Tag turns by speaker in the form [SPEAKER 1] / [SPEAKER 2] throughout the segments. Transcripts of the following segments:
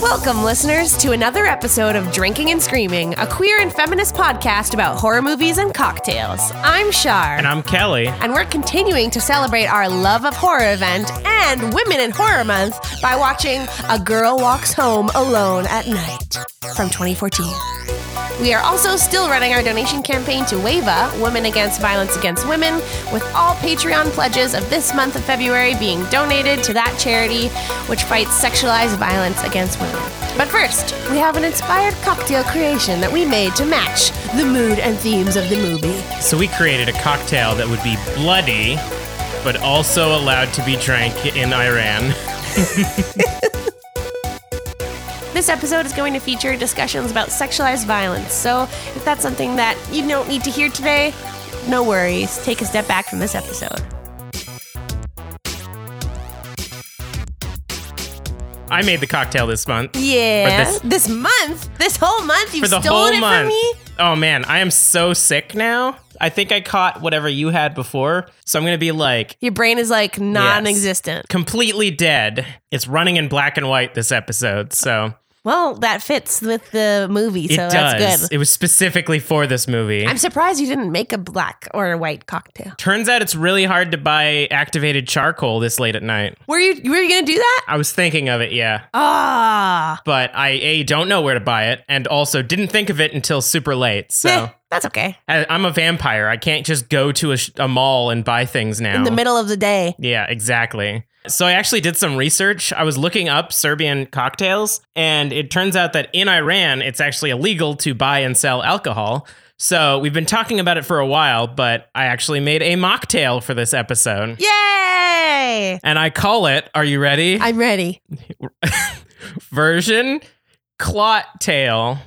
[SPEAKER 1] Welcome, listeners, to another episode of Drinking and Screaming, a queer and feminist podcast about horror movies and cocktails. I'm Shar.
[SPEAKER 2] And I'm Kelly.
[SPEAKER 1] And we're continuing to celebrate our love of horror event and Women in Horror Month by watching A Girl Walks Home Alone at Night from 2014. We are also still running our donation campaign to WAVA, Women Against Violence Against Women, with all Patreon pledges of this month of February being donated to that charity, which fights sexualized violence against women. But first, we have an inspired cocktail creation that we made to match the mood and themes of the movie.
[SPEAKER 2] So we created a cocktail that would be bloody, but also allowed to be drank in Iran.
[SPEAKER 1] This episode is going to feature discussions about sexualized violence. So, if that's something that you don't need to hear today, no worries. Take a step back from this episode.
[SPEAKER 2] I made the cocktail this month.
[SPEAKER 1] Yeah.
[SPEAKER 2] For this-
[SPEAKER 1] this month, this whole month, you've
[SPEAKER 2] For the
[SPEAKER 1] stolen
[SPEAKER 2] whole
[SPEAKER 1] it
[SPEAKER 2] month.
[SPEAKER 1] from me.
[SPEAKER 2] Oh man, I am so sick now. I think I caught whatever you had before. So I'm going to be like
[SPEAKER 1] Your brain is like non-existent.
[SPEAKER 2] completely dead. It's running in black and white this episode. So
[SPEAKER 1] Well, that fits with the movie,
[SPEAKER 2] it
[SPEAKER 1] so
[SPEAKER 2] does.
[SPEAKER 1] that's good.
[SPEAKER 2] It was specifically for this movie.
[SPEAKER 1] I'm surprised you didn't make a black or a white cocktail.
[SPEAKER 2] Turns out it's really hard to buy activated charcoal this late at night.
[SPEAKER 1] Were you were you going to do that?
[SPEAKER 2] I was thinking of it, yeah.
[SPEAKER 1] Ah.
[SPEAKER 2] but I a don't know where to buy it, and also didn't think of it until super late.
[SPEAKER 1] eh,
[SPEAKER 2] So
[SPEAKER 1] that's okay.
[SPEAKER 2] I, I'm a vampire. I can't just go to a, sh- a mall and buy things now.
[SPEAKER 1] In the middle of the day.
[SPEAKER 2] yeah, exactly. So I actually did some research. I was looking up Serbian cocktails, and it turns out that in Iran, it's actually illegal to buy and sell alcohol. So we've been talking about it for a while, but I actually made a mocktail for this episode.
[SPEAKER 1] Yay!
[SPEAKER 2] And I call it, are you ready?
[SPEAKER 1] I'm ready.
[SPEAKER 2] version clot tail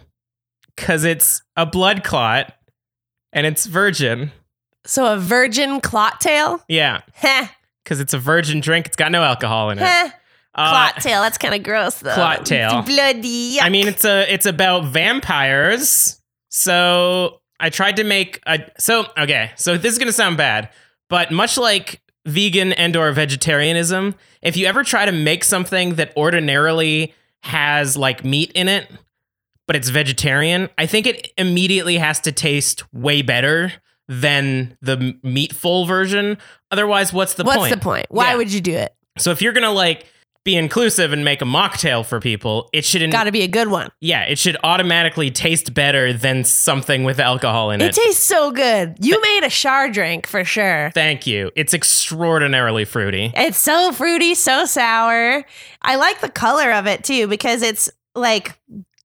[SPEAKER 2] because it's a blood clot and it's virgin.
[SPEAKER 1] So a virgin clot tail?
[SPEAKER 2] Yeah,
[SPEAKER 1] Heh,
[SPEAKER 2] because it's a virgin drink. It's got no alcohol in it.
[SPEAKER 1] heh.
[SPEAKER 2] Uh,
[SPEAKER 1] Clot tail. That's kind of gross though.
[SPEAKER 2] clot tail.
[SPEAKER 1] Bloody.
[SPEAKER 2] I mean, it's a it's about vampires. So I tried to make a so okay. So this is gonna sound bad, but much like vegan and or vegetarianism, if you ever try to make something that ordinarily has like meat in it, but it's vegetarian, I think it immediately has to taste way better than the m- meatful version. Otherwise, what's the
[SPEAKER 1] What's
[SPEAKER 2] point?
[SPEAKER 1] the point? Why
[SPEAKER 2] Yeah.
[SPEAKER 1] would you do it?
[SPEAKER 2] so if you're gonna like be inclusive and make a mocktail for people, it should not
[SPEAKER 1] Got to be a good one.
[SPEAKER 2] yeah, it should automatically taste better than something with alcohol in it.
[SPEAKER 1] It tastes so good. You made a char drink for sure.
[SPEAKER 2] Thank you. It's extraordinarily fruity.
[SPEAKER 1] It's so fruity, so sour. I like the color of it too because it's like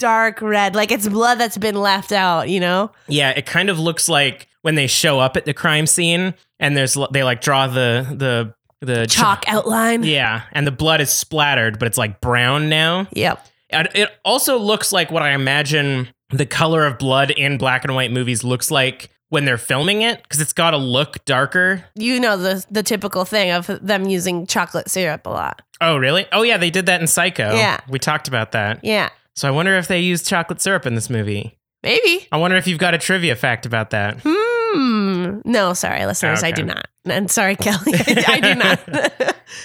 [SPEAKER 1] dark red, like it's blood that's been left out, you know?
[SPEAKER 2] Yeah, it kind of looks like when they show up at the crime scene and there's l- they like draw the the the ch-
[SPEAKER 1] Chalk outline.
[SPEAKER 2] yeah, and the blood is splattered, but it's like brown now.
[SPEAKER 1] Yep.
[SPEAKER 2] And It also looks like what I imagine the color of blood in black and white movies looks like when they're filming it because it's got to look darker.
[SPEAKER 1] You know the the typical thing of them using chocolate syrup a lot.
[SPEAKER 2] Oh, really? Oh, yeah, they did that in Psycho.
[SPEAKER 1] Yeah.
[SPEAKER 2] we talked about that.
[SPEAKER 1] Yeah.
[SPEAKER 2] So I wonder if they used chocolate syrup in this movie.
[SPEAKER 1] Maybe.
[SPEAKER 2] I wonder if you've got a trivia fact about that.
[SPEAKER 1] Hmm. No, sorry, listeners, I
[SPEAKER 2] Okay.
[SPEAKER 1] do not. And sorry, Kelly, I, I do not.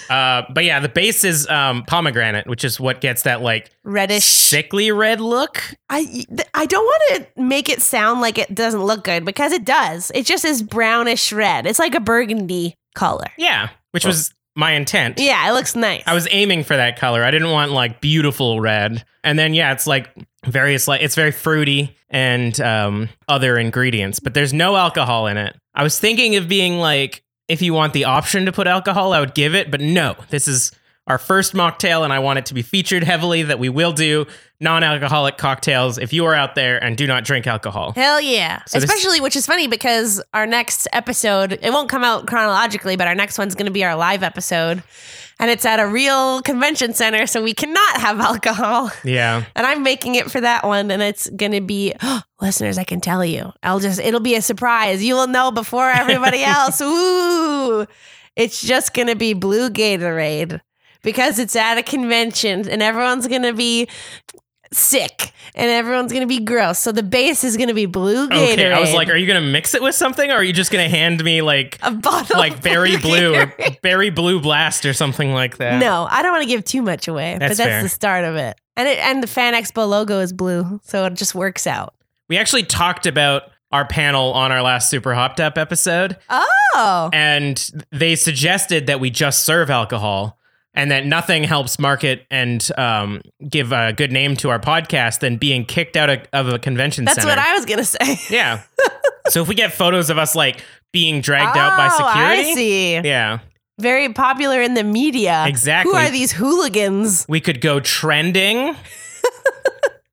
[SPEAKER 2] Uh, but yeah, the base is um, pomegranate, which is what gets that like
[SPEAKER 1] Reddish.
[SPEAKER 2] sickly red look.
[SPEAKER 1] I th- I don't want to make it sound like it doesn't look good because it does. It just is brownish red. It's like a burgundy color.
[SPEAKER 2] Yeah, which was my intent.
[SPEAKER 1] Yeah, it looks nice.
[SPEAKER 2] I was aiming for that color. I didn't want like beautiful red. And then yeah, it's like various like it's very fruity and um, other ingredients, but there's no alcohol in it. I was thinking of being like, if you want the option to put alcohol, I would give it, but no, this is our first mocktail, and I want it to be featured heavily. That we will do non-alcoholic cocktails. If you are out there and do not drink alcohol,
[SPEAKER 1] Hell yeah.
[SPEAKER 2] So this-
[SPEAKER 1] Especially, which is funny because our next episode, it won't come out chronologically, but our next one's going to be our live episode. And it's at a real convention center, so we cannot have alcohol.
[SPEAKER 2] yeah,
[SPEAKER 1] And I'm making it for that one, and it's gonna be listeners. I can tell you, I'll just it'll be a surprise. You will know before everybody else. Ooh, it's just gonna be blue Gatorade because it's at a convention, and everyone's gonna be sick, and everyone's gonna be gross. So the base is gonna be blue Gatorade.
[SPEAKER 2] okay. I was like, are you gonna mix it with something, or are you just gonna hand me like
[SPEAKER 1] a bottle
[SPEAKER 2] like
[SPEAKER 1] of
[SPEAKER 2] berry blue or
[SPEAKER 1] Gatorade.
[SPEAKER 2] berry blue blast or something like that?
[SPEAKER 1] No, I don't want to give too much away, but
[SPEAKER 2] That's
[SPEAKER 1] that's
[SPEAKER 2] fair.
[SPEAKER 1] the start of it. And it and the Fan Expo logo is blue, so it just works out.
[SPEAKER 2] We actually talked about our panel on our last Super Hopped Up episode,
[SPEAKER 1] Oh.
[SPEAKER 2] and they suggested that we just serve alcohol and that nothing helps market and um, give a good name to our podcast than being kicked out of, of a convention
[SPEAKER 1] That's
[SPEAKER 2] center.
[SPEAKER 1] what I was gonna say.
[SPEAKER 2] yeah. so if we get photos of us like being dragged out by
[SPEAKER 1] Oh,
[SPEAKER 2] security,
[SPEAKER 1] I see.
[SPEAKER 2] yeah,
[SPEAKER 1] Very popular in the media.
[SPEAKER 2] Exactly.
[SPEAKER 1] Who are these hooligans?
[SPEAKER 2] we could go trending.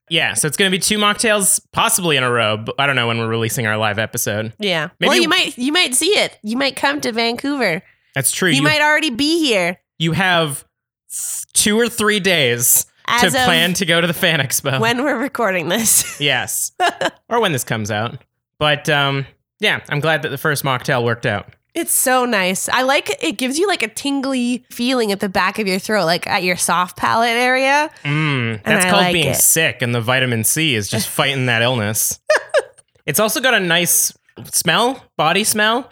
[SPEAKER 2] yeah, so it's going to be two mocktails possibly in a row, but I don't know when we're releasing our live episode.
[SPEAKER 1] Yeah.
[SPEAKER 2] Maybe-
[SPEAKER 1] well, you might you might see it. You might come to Vancouver.
[SPEAKER 2] That's true.
[SPEAKER 1] You, might already be here
[SPEAKER 2] you have two or three days to
[SPEAKER 1] as of
[SPEAKER 2] plan uh, to go to the fan expo.
[SPEAKER 1] when we're recording this.
[SPEAKER 2] yes, or when this comes out. But um, yeah, I'm glad that the first mocktail worked out.
[SPEAKER 1] It's so nice. I like it gives you like a tingly feeling at the back of your throat, like at your soft palate area.
[SPEAKER 2] Mm, that's
[SPEAKER 1] I
[SPEAKER 2] called
[SPEAKER 1] like
[SPEAKER 2] being
[SPEAKER 1] it.
[SPEAKER 2] sick, and the vitamin C is just fighting that illness. it's also got a nice smell, body smell.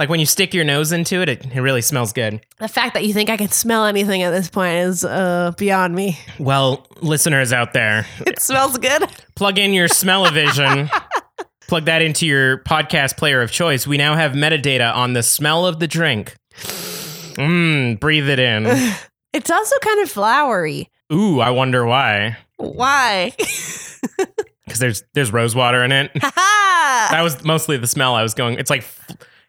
[SPEAKER 2] Like when you stick your nose into it, it, it really smells good.
[SPEAKER 1] The fact that you think I can smell anything at this point is uh, beyond me.
[SPEAKER 2] Well, listeners out there,
[SPEAKER 1] It smells good.
[SPEAKER 2] plug in your smell-o-vision plug that into your podcast player of choice we now have metadata on the smell of the drink mmm breathe it in
[SPEAKER 1] It's also kind of flowery.
[SPEAKER 2] ooh i wonder why
[SPEAKER 1] Why?
[SPEAKER 2] because there's there's rose water in it
[SPEAKER 1] Ha
[SPEAKER 2] that was mostly the smell i was going it's like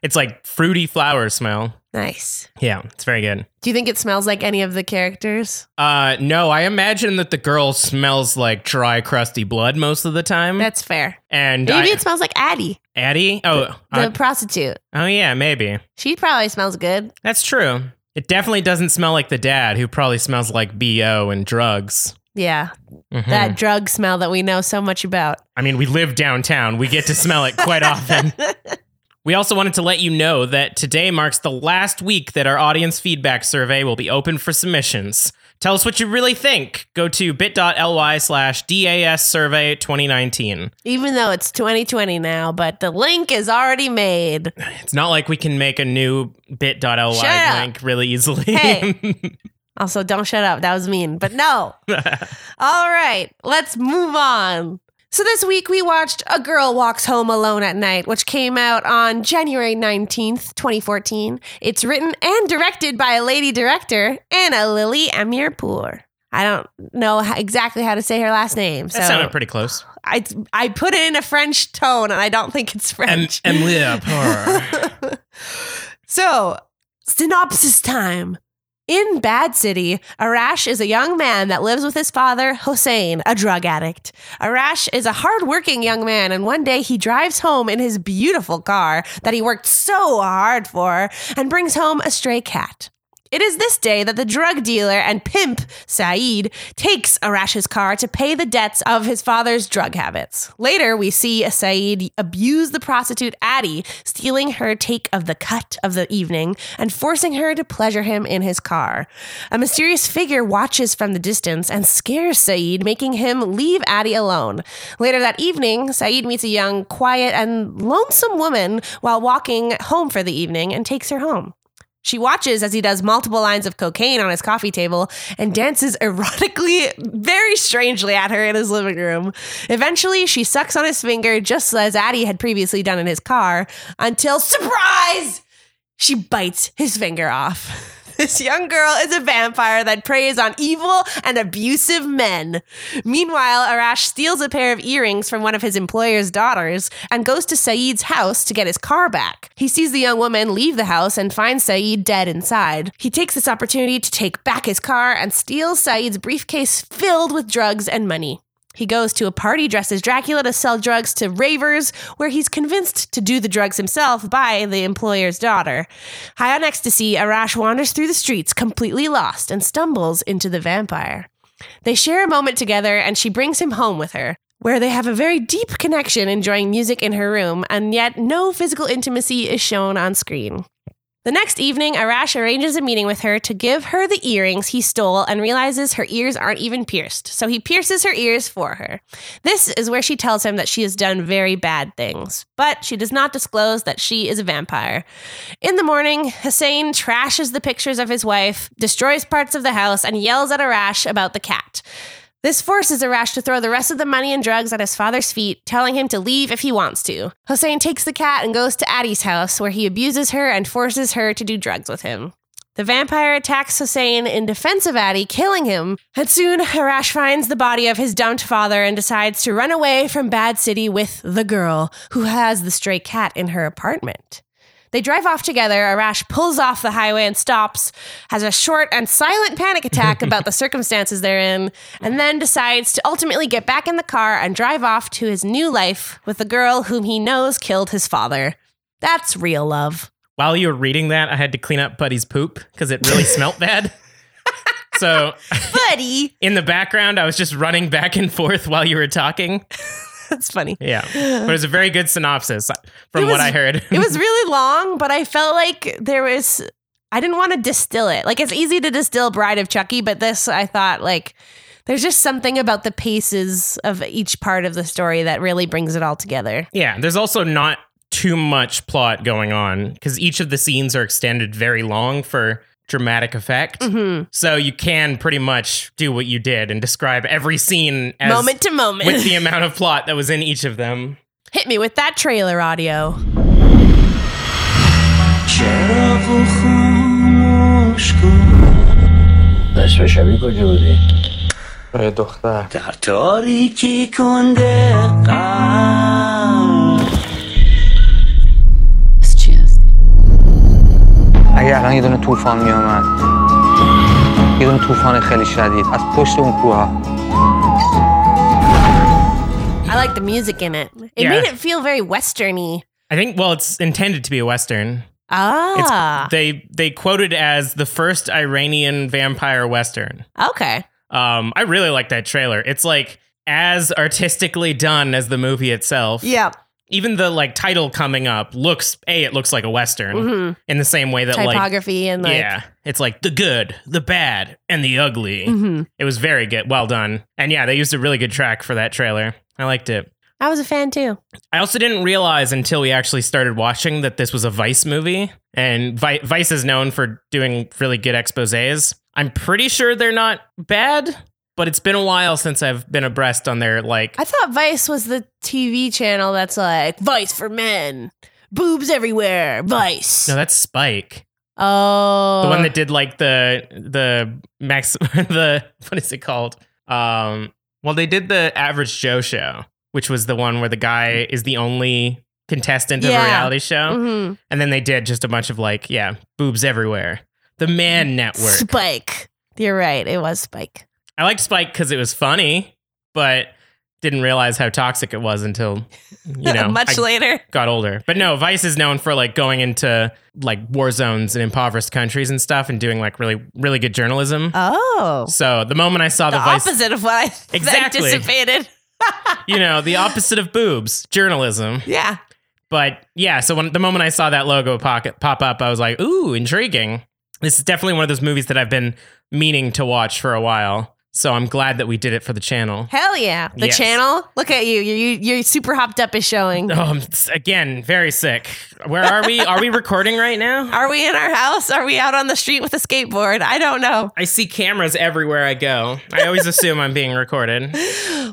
[SPEAKER 2] it's like fruity flower smell
[SPEAKER 1] Nice.
[SPEAKER 2] yeah it's very good
[SPEAKER 1] Do you think it smells like any of the characters?
[SPEAKER 2] uh no i imagine that the girl smells like dry crusty blood most of the time
[SPEAKER 1] That's fair.
[SPEAKER 2] and
[SPEAKER 1] Maybe
[SPEAKER 2] I-
[SPEAKER 1] it smells like Addie,
[SPEAKER 2] addie oh
[SPEAKER 1] the
[SPEAKER 2] uh,
[SPEAKER 1] prostitute.
[SPEAKER 2] oh yeah maybe
[SPEAKER 1] She probably smells good.
[SPEAKER 2] That's true. It definitely doesn't smell like the dad, who probably smells like BO and drugs.
[SPEAKER 1] Yeah,
[SPEAKER 2] Mhm.
[SPEAKER 1] that drug smell that we know so much about.
[SPEAKER 2] I mean, we live downtown. We get to smell it quite often. We also wanted to let you know that today marks the last week that our audience feedback survey will be open for submissions. Tell us what you really think. Go to bit.ly slash DAS survey 2019.
[SPEAKER 1] Even though it's 2020 now, but the link is already made.
[SPEAKER 2] It's not like we can make a new bit.ly
[SPEAKER 1] Shut up.
[SPEAKER 2] link really easily.
[SPEAKER 1] Hey. Also, don't shut up. That was mean, but no. All right, let's move on. So this week we watched A Girl Walks Home Alone at Night, which came out on January 19th, 2014. It's written and directed by a lady director, Anna Lily Amirpour. I don't know how, exactly how to say her last name, so
[SPEAKER 2] that sounded pretty close.
[SPEAKER 1] I I put it in a French tone, and I don't think it's French. so, synopsis time. In Bad City, Arash is a young man that lives with his father, Hossein, a drug addict. Arash is a hardworking young man, and one day he drives home in his beautiful car that he worked so hard for and brings home a stray cat. It is this day that the drug dealer and pimp, Saeed, takes Arash's car to pay the debts of his father's drug habits. Later, we see Saeed abuse the prostitute Addie, stealing her take of the cut of the evening and forcing her to pleasure him in his car. A mysterious figure watches from the distance and scares Saeed, making him leave Addie alone. Later that evening, Saeed meets a young, quiet, and lonesome woman while walking home for the evening and takes her home. She watches as he does multiple lines of cocaine on his coffee table and dances erotically, very strangely at her in his living room. Eventually, she sucks on his finger just as Addie had previously done in his car until, surprise! She bites his finger off. This young girl is a vampire that preys on evil and abusive men. Meanwhile, Arash steals a pair of earrings from one of his employer's daughters and goes to Saeed's house to get his car back. He sees the young woman leave the house and finds Saeed dead inside. He takes this opportunity to take back his car and steals Saeed's briefcase filled with drugs and money. He goes to a party dressed as Dracula to sell drugs to ravers, where he's convinced to do the drugs himself by the employer's daughter. High on ecstasy, Arash wanders through the streets completely lost and stumbles into the vampire. They share a moment together, and she brings him home with her, where they have a very deep connection, enjoying music in her room, and yet no physical intimacy is shown on screen. The next evening, Arash arranges a meeting with her to give her the earrings he stole and realizes her ears aren't even pierced, so he pierces her ears for her. This is where she tells him that she has done very bad things, but she does not disclose that she is a vampire. In the morning, Hussein trashes the pictures of his wife, destroys parts of the house, and yells at Arash about the cat. This forces Arash to throw the rest of the money and drugs at his father's feet, telling him to leave if he wants to. Hossein takes the cat and goes to Addie's house, where he abuses her and forces her to do drugs with him. The vampire attacks Hossein in defense of Addie, killing him, and soon Harash finds the body of his dumped father and decides to run away from Bad City with the girl, who has the stray cat in her apartment. They drive off together. Arash pulls off the highway and stops, has a short and silent panic attack about the circumstances they're in, and then decides to ultimately get back in the car and drive off to his new life with the girl whom he knows killed his father. That's real love.
[SPEAKER 2] While you were reading that, I had to clean up Buddy's poop because it really smelt bad. So
[SPEAKER 1] Buddy!
[SPEAKER 2] in the background, I was just running back and forth while you were talking.
[SPEAKER 1] That's funny.
[SPEAKER 2] Yeah, but it was a very good synopsis from
[SPEAKER 1] It was-
[SPEAKER 2] what I heard.
[SPEAKER 1] It was really long, but I felt like there was. I didn't want to distill it. Like it's easy to distill Bride of Chucky, but this I thought like there's just something about the paces of each part of the story that really brings it all together.
[SPEAKER 2] yeah, there's also not too much plot going on because each of the scenes are extended very long for dramatic effect.
[SPEAKER 1] hmm
[SPEAKER 2] So you can pretty much do what you did and describe every scene as
[SPEAKER 1] moment to moment.
[SPEAKER 2] with the amount of plot that was in each of them.
[SPEAKER 1] Hit me with that trailer audio.
[SPEAKER 3] شب و خاموش کن
[SPEAKER 4] داشت به شبیه کجا بودی؟
[SPEAKER 5] آره دختر
[SPEAKER 3] در تاریکی کنده غم
[SPEAKER 6] از چی هستی؟
[SPEAKER 5] اگه الان یه دونه طوفان می اومد یه دونه طوفان خیلی شدید از پشت اون کوه
[SPEAKER 1] I like the music in it. It
[SPEAKER 2] Yeah.
[SPEAKER 1] made it feel very westerny.
[SPEAKER 2] I think well, it's intended to be a western. It's,
[SPEAKER 1] Ah,
[SPEAKER 2] They they quoted as the first Iranian vampire western.
[SPEAKER 1] okay.
[SPEAKER 2] Um, I really like that trailer. It's like as artistically done as the movie itself.
[SPEAKER 1] Yeah.
[SPEAKER 2] Even the like title coming up looks a it looks like a western
[SPEAKER 1] hmm
[SPEAKER 2] in the same way that like
[SPEAKER 1] Typography and like.
[SPEAKER 2] yeah, it's like the good, the bad, and the ugly.
[SPEAKER 1] Mhm.
[SPEAKER 2] It was very good, well done, and yeah, they used a really good track for that trailer. I liked it.
[SPEAKER 1] I was a fan too.
[SPEAKER 2] I also didn't realize until we actually started watching that this was a Vice movie, and Vi- Vice is known for doing really good exposés. I'm pretty sure they're not bad, but it's been a while since I've been abreast on their like.
[SPEAKER 1] I thought Vice was the TV channel that's like Vice for men, boobs everywhere, Vice.
[SPEAKER 2] no, that's Spike,
[SPEAKER 1] oh,
[SPEAKER 2] the one that did like the the max the what is it called? Um, well, they did the Average Joe show, which was the one where the guy is the only contestant of
[SPEAKER 1] Yeah.
[SPEAKER 2] a reality show,
[SPEAKER 1] Mhm.
[SPEAKER 2] and then they did just a bunch of like yeah, boobs everywhere. The Man Network.
[SPEAKER 1] Spike. You're right. It was Spike.
[SPEAKER 2] I liked Spike because it was funny, but didn't realize how toxic it was until you know
[SPEAKER 1] much
[SPEAKER 2] I
[SPEAKER 1] later.
[SPEAKER 2] got older. But no, Vice is known for like going into like war zones and impoverished countries and stuff, and doing like really really good journalism.
[SPEAKER 1] Oh,
[SPEAKER 2] so the moment I saw
[SPEAKER 1] the
[SPEAKER 2] the, Vice,
[SPEAKER 1] opposite of what I that
[SPEAKER 2] Exactly.
[SPEAKER 1] anticipated.
[SPEAKER 2] you know, the opposite of boobs, journalism.
[SPEAKER 1] Yeah.
[SPEAKER 2] But yeah, so when the moment I saw that logo pocket pop up, I was like, ooh, intriguing. This is definitely one of those movies that I've been meaning to watch for a while. So I'm glad that we did it for the channel.
[SPEAKER 1] Hell yeah. The
[SPEAKER 2] Yes.
[SPEAKER 1] channel. Look at you. You're, you you're super hopped up is showing.
[SPEAKER 2] Oh, I'm s- again very sick. Where are we? Are we recording right now?
[SPEAKER 1] Are we in our house? Are we out on the street with a skateboard? I don't know.
[SPEAKER 2] I see cameras everywhere I go. I always assume I'm being recorded.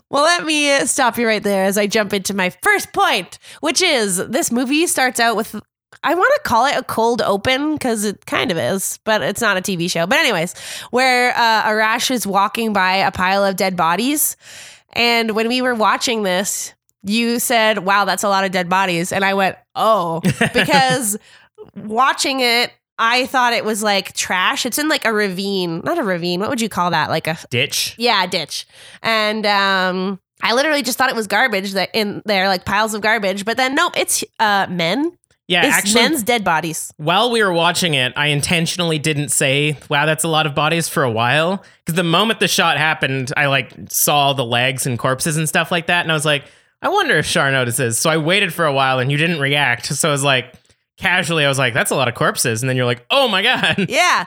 [SPEAKER 1] Well, let me uh, stop you right there as I jump into my first point, which is this movie starts out with I want to call it a cold open because it kind of is, but it's not a TV show. But, anyways, where uh, Arash is walking by a pile of dead bodies. And when we were watching this, you said, Wow, that's a lot of dead bodies. And I went, Oh, because watching it, I thought it was like trash. It's in like a ravine, not a ravine. What would you call that? Like a
[SPEAKER 2] Ditch.
[SPEAKER 1] yeah, ditch. And um, I literally just thought it was garbage that in there, like piles of garbage. But then nope, it's uh, men.
[SPEAKER 2] Yeah,
[SPEAKER 1] it's
[SPEAKER 2] actually,
[SPEAKER 1] men's dead bodies.
[SPEAKER 2] while we were watching it, I intentionally didn't say, "Wow, that's a lot of bodies" for a while because the moment the shot happened, I like saw the legs and corpses and stuff like that, and I was like, "I wonder if Char notices." So I waited for a while, and you didn't react. So I was like, casually, I was like, "That's a lot of corpses," and then you're like, "Oh my god."
[SPEAKER 1] Yeah,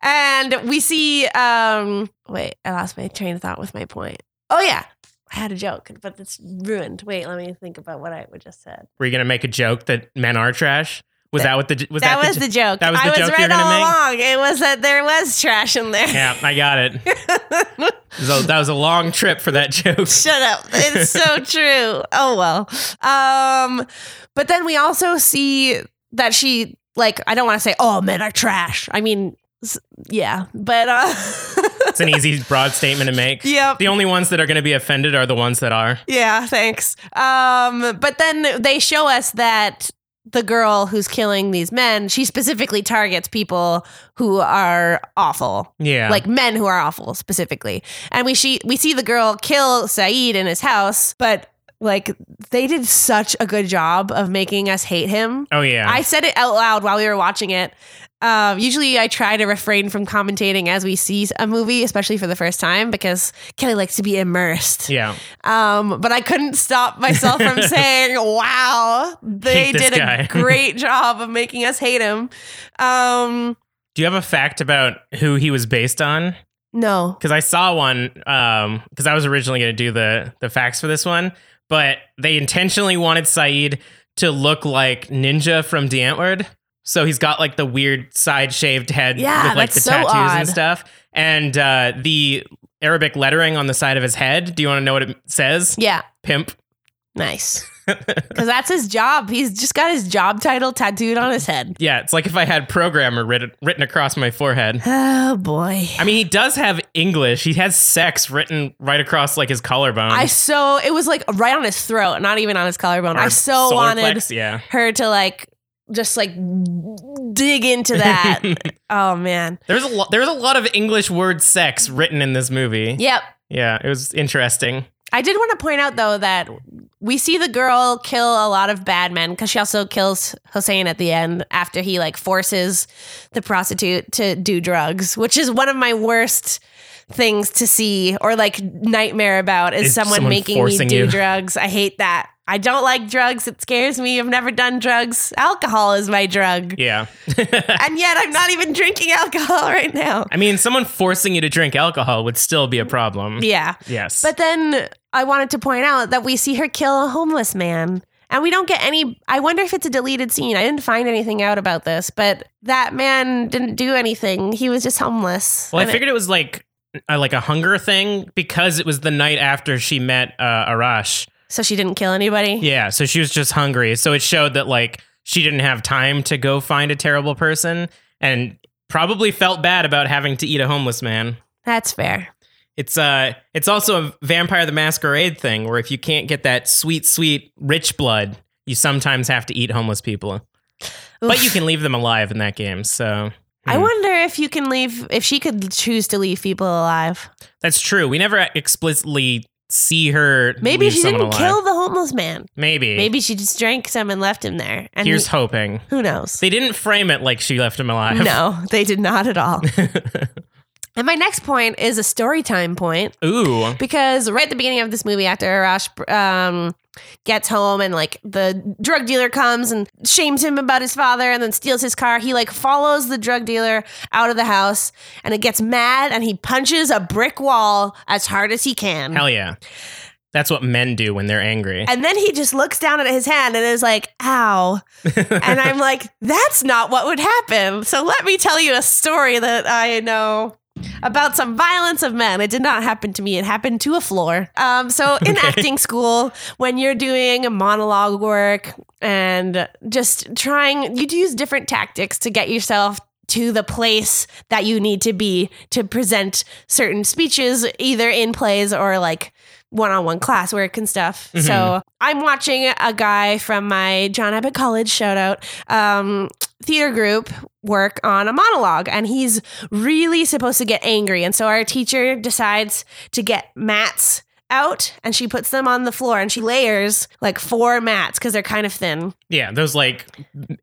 [SPEAKER 1] and we see. Um, wait, I lost my train of thought with my point. Oh yeah, I had a joke, but it's ruined. Wait, let me think about what I just said.
[SPEAKER 2] Were you gonna make a joke that men are trash? Was that what the was
[SPEAKER 1] That,
[SPEAKER 2] that,
[SPEAKER 1] was the,
[SPEAKER 2] j-
[SPEAKER 1] joke.
[SPEAKER 2] That was the
[SPEAKER 1] I
[SPEAKER 2] joke
[SPEAKER 1] was
[SPEAKER 2] you're
[SPEAKER 1] right
[SPEAKER 2] gonna
[SPEAKER 1] all
[SPEAKER 2] make.
[SPEAKER 1] along. It was that there was trash in there.
[SPEAKER 2] Yeah, I got it. so that was a long trip for that joke.
[SPEAKER 1] Shut up. It's so true. Oh well. Um but then we also see that she like I don't want to say oh men are trash. I mean s- yeah, but uh
[SPEAKER 2] It's an easy, broad statement to make.
[SPEAKER 1] Yep.
[SPEAKER 2] The only ones that are going to be offended are the ones that are.
[SPEAKER 1] yeah, thanks. Um but then they show us that the girl who's killing these men, she specifically targets people who are awful.
[SPEAKER 2] Yeah.
[SPEAKER 1] like men who are awful specifically. And we see we see the girl kill Saeed in his house, but like they did such a good job of making us hate him.
[SPEAKER 2] oh yeah.
[SPEAKER 1] I said it out loud while we were watching it. Um, usually, I try to refrain from commentating as we see a movie, especially for the first time, because Kelly likes to be immersed.
[SPEAKER 2] yeah.
[SPEAKER 1] Um, but I couldn't stop myself from saying, "Wow, they
[SPEAKER 2] Hate this
[SPEAKER 1] did a
[SPEAKER 2] guy."
[SPEAKER 1] great job of making us hate him." Um,
[SPEAKER 2] Do you have a fact about who he was based on?
[SPEAKER 1] no,
[SPEAKER 2] Because I saw one. Um, because I was originally going to do the the facts for this one, but they intentionally wanted Saeed to look like Ninja from The Antword. So he's got like the weird side shaved head
[SPEAKER 1] Yeah,
[SPEAKER 2] with like
[SPEAKER 1] that's
[SPEAKER 2] the
[SPEAKER 1] so
[SPEAKER 2] tattoos
[SPEAKER 1] odd.
[SPEAKER 2] and stuff, and uh, the Arabic lettering on the side of his head. Do you want to know what it says?
[SPEAKER 1] yeah,
[SPEAKER 2] Pimp.
[SPEAKER 1] Nice. Because that's his job. He's just got his job title tattooed on his head.
[SPEAKER 2] Yeah, it's like if I had programmer written written across my forehead.
[SPEAKER 1] Oh, boy.
[SPEAKER 2] I mean, he does have English. He has sex written right across like his collarbone.
[SPEAKER 1] I so, it was like right on his throat, not even on his collarbone. I
[SPEAKER 2] Or
[SPEAKER 1] so
[SPEAKER 2] solar
[SPEAKER 1] wanted
[SPEAKER 2] plex, yeah.
[SPEAKER 1] her to like, just like dig into that. oh, man.
[SPEAKER 2] There's a lot. There's a lot of English word sex written in this movie. Yeah,
[SPEAKER 1] Yep.
[SPEAKER 2] it was interesting.
[SPEAKER 1] I did want to point out, though, that we see the girl kill a lot of bad men because she also kills Hossein at the end after he like forces the prostitute to do drugs, which is one of my worst things to see or like nightmare about is
[SPEAKER 2] Is
[SPEAKER 1] someone,
[SPEAKER 2] someone
[SPEAKER 1] making me
[SPEAKER 2] forcing
[SPEAKER 1] do
[SPEAKER 2] you.
[SPEAKER 1] drugs. I hate that. I don't like drugs. It scares me. I've never done drugs. Alcohol is my drug.
[SPEAKER 2] Yeah.
[SPEAKER 1] And yet I'm not even drinking alcohol right now.
[SPEAKER 2] I mean, someone forcing you to drink alcohol would still be a problem.
[SPEAKER 1] Yeah.
[SPEAKER 2] Yes.
[SPEAKER 1] But then I wanted to point out that we see her kill a homeless man. And we don't get any. I wonder if it's a deleted scene. I didn't find anything out about this, but that man didn't do anything. He was just homeless.
[SPEAKER 2] well, I
[SPEAKER 1] And it-
[SPEAKER 2] figured it was like uh, like a hunger thing because it was the night after she met uh, Arash.
[SPEAKER 1] so she didn't kill anybody.
[SPEAKER 2] Yeah, so she was just hungry. So it showed that like she didn't have time to go find a terrible person and probably felt bad about having to eat a homeless man.
[SPEAKER 1] That's fair.
[SPEAKER 2] It's uh it's also a vampire the masquerade thing where if you can't get that sweet sweet rich blood, you sometimes have to eat homeless people. But you
[SPEAKER 1] Oof.
[SPEAKER 2] can leave them alive in that game. So
[SPEAKER 1] I
[SPEAKER 2] Hmm.
[SPEAKER 1] wonder if you can leave, if she could choose to leave people alive.
[SPEAKER 2] that's true. We never explicitly see her
[SPEAKER 1] Maybe
[SPEAKER 2] leave
[SPEAKER 1] she
[SPEAKER 2] someone
[SPEAKER 1] didn't
[SPEAKER 2] alive.
[SPEAKER 1] kill the homeless man.
[SPEAKER 2] Maybe.
[SPEAKER 1] Maybe she just drank some and left him there. And
[SPEAKER 2] Here's hoping.
[SPEAKER 1] who knows?
[SPEAKER 2] They didn't frame it like she left him alive.
[SPEAKER 1] No, they did not at all. and my next point is a story time point.
[SPEAKER 2] Ooh.
[SPEAKER 1] because right at the beginning of this movie, after Arash um, gets home and like the drug dealer comes and shames him about his father and then steals his car, he like follows the drug dealer out of the house and it gets mad and he punches a brick wall as hard as he can.
[SPEAKER 2] Hell yeah. That's what men do when they're angry.
[SPEAKER 1] and then he just looks down at his hand and is like, ow. and I'm like, that's not what would happen. So let me tell you a story that I know about some violence of men. It did not happen to me, it happened to a floor. Um, so in acting school, when you're doing monologue work and just trying, you'd use different tactics to get yourself. To the place that you need to be to present certain speeches, either in plays or like one-on-one classwork and stuff. So I'm watching a guy from my John Abbott College shout out um, theater group work on a monologue, and he's really supposed to get angry. And so our teacher decides to get mats out, and she puts them on the floor, and she layers like four mats because they're kind of thin.
[SPEAKER 2] Yeah, those like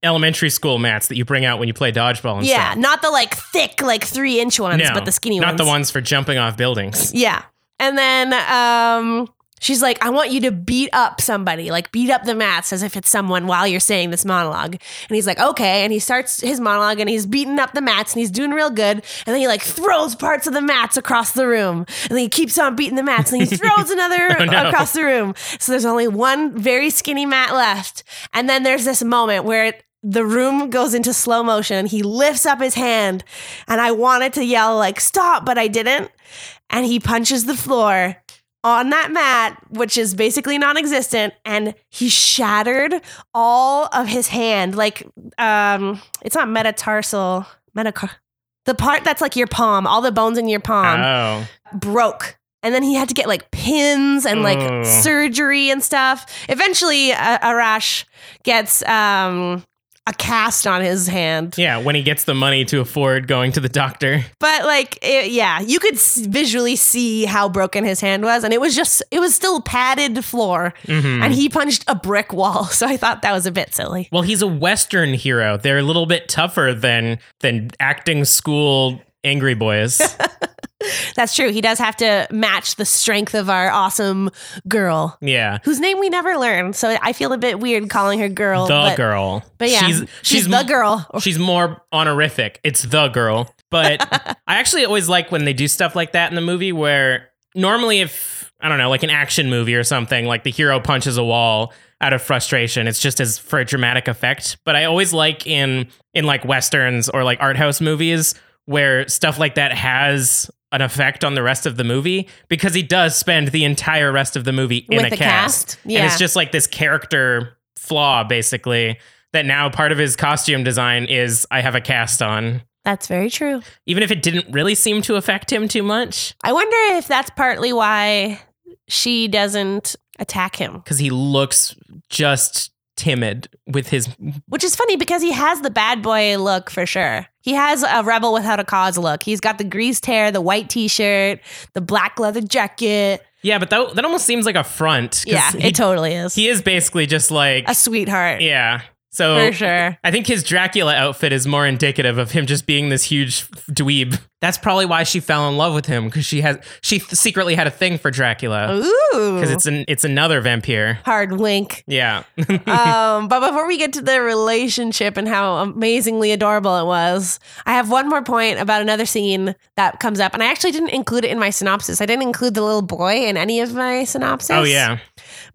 [SPEAKER 2] elementary school mats that you bring out when you play dodgeball and
[SPEAKER 1] yeah,
[SPEAKER 2] stuff.
[SPEAKER 1] not the like thick, like three-inch ones,
[SPEAKER 2] No,
[SPEAKER 1] but the skinny
[SPEAKER 2] Not
[SPEAKER 1] ones.
[SPEAKER 2] the ones for jumping off buildings.
[SPEAKER 1] Yeah. And then um she's like, I want you to beat up somebody, like beat up the mats as if it's someone while you're saying this monologue. And he's like, okay. And he starts his monologue and he's beating up the mats and he's doing real good. And then he like throws parts of the mats across the room. And then he keeps on beating the mats and he throws another
[SPEAKER 2] no.
[SPEAKER 1] across the room. So there's only one very skinny mat left. And then there's this moment where it the room goes into slow motion. He lifts up his hand, and I wanted to yell, like, stop, but I didn't. And he punches the floor on that mat, which is basically non existent, and he shattered all of his hand. Like, um, it's not metatarsal, metacar. The part that's like your palm, all the bones in your palm
[SPEAKER 2] oh.
[SPEAKER 1] broke. And then he had to get like pins and like
[SPEAKER 2] Oh.
[SPEAKER 1] surgery and stuff. Eventually, uh, Arash gets um, a cast on his hand.
[SPEAKER 2] Yeah, when he gets the money to afford going to the doctor.
[SPEAKER 1] But like, it, yeah, you could s- visually see how broken his hand was. And it was just, it was still padded floor.
[SPEAKER 2] Mhm.
[SPEAKER 1] And he punched a brick wall. So I thought that was a bit silly.
[SPEAKER 2] Well, he's a Western hero. They're a little bit tougher than than acting school angry boys.
[SPEAKER 1] That's true. He does have to match the strength of our awesome girl.
[SPEAKER 2] yeah.
[SPEAKER 1] Whose name we never learned, so I feel a bit weird calling her girl.
[SPEAKER 2] the
[SPEAKER 1] but-
[SPEAKER 2] girl.
[SPEAKER 1] But yeah, she's, the
[SPEAKER 2] m-
[SPEAKER 1] girl.
[SPEAKER 2] She's more honorific. It's the girl. But I actually always like when they do stuff like that in the movie where normally if I don't know, like an action movie or something, like the hero punches a wall out of frustration. It's just as for a dramatic effect. But I always like in in like westerns or like art house movies where stuff like that has an effect on the rest of the movie because he does spend the entire rest of the movie in
[SPEAKER 1] With
[SPEAKER 2] a
[SPEAKER 1] the
[SPEAKER 2] cast.
[SPEAKER 1] cast?
[SPEAKER 2] And
[SPEAKER 1] Yeah.
[SPEAKER 2] it's just like this character flaw basically that now part of his costume design is I have a cast on.
[SPEAKER 1] That's very true.
[SPEAKER 2] Even if it didn't really seem to affect him too much
[SPEAKER 1] I wonder if that's partly why she doesn't attack him,
[SPEAKER 2] because he looks just timid with his
[SPEAKER 1] which is funny because he has the bad boy look for sure. He has a rebel without a cause look. He's got the greased hair, the white t shirt, the black leather jacket.
[SPEAKER 2] yeah, but that, that almost seems like a front. 'cause
[SPEAKER 1] Yeah,
[SPEAKER 2] he,
[SPEAKER 1] it totally is.
[SPEAKER 2] he is basically just like
[SPEAKER 1] a sweetheart.
[SPEAKER 2] yeah. Oh. So
[SPEAKER 1] For sure.
[SPEAKER 2] I think his Dracula outfit is more indicative of him just being this huge dweeb. That's probably why she fell in love with him because she has she th- secretly had a thing for Dracula
[SPEAKER 1] Ooh.
[SPEAKER 2] because it's an it's another vampire.
[SPEAKER 1] hard wink.
[SPEAKER 2] Yeah,
[SPEAKER 1] um, but before we get to the relationship and how amazingly adorable it was, I have one more point about another scene that comes up, and I actually didn't include it in my synopsis. I didn't include the little boy in any of my synopsis.
[SPEAKER 2] oh yeah,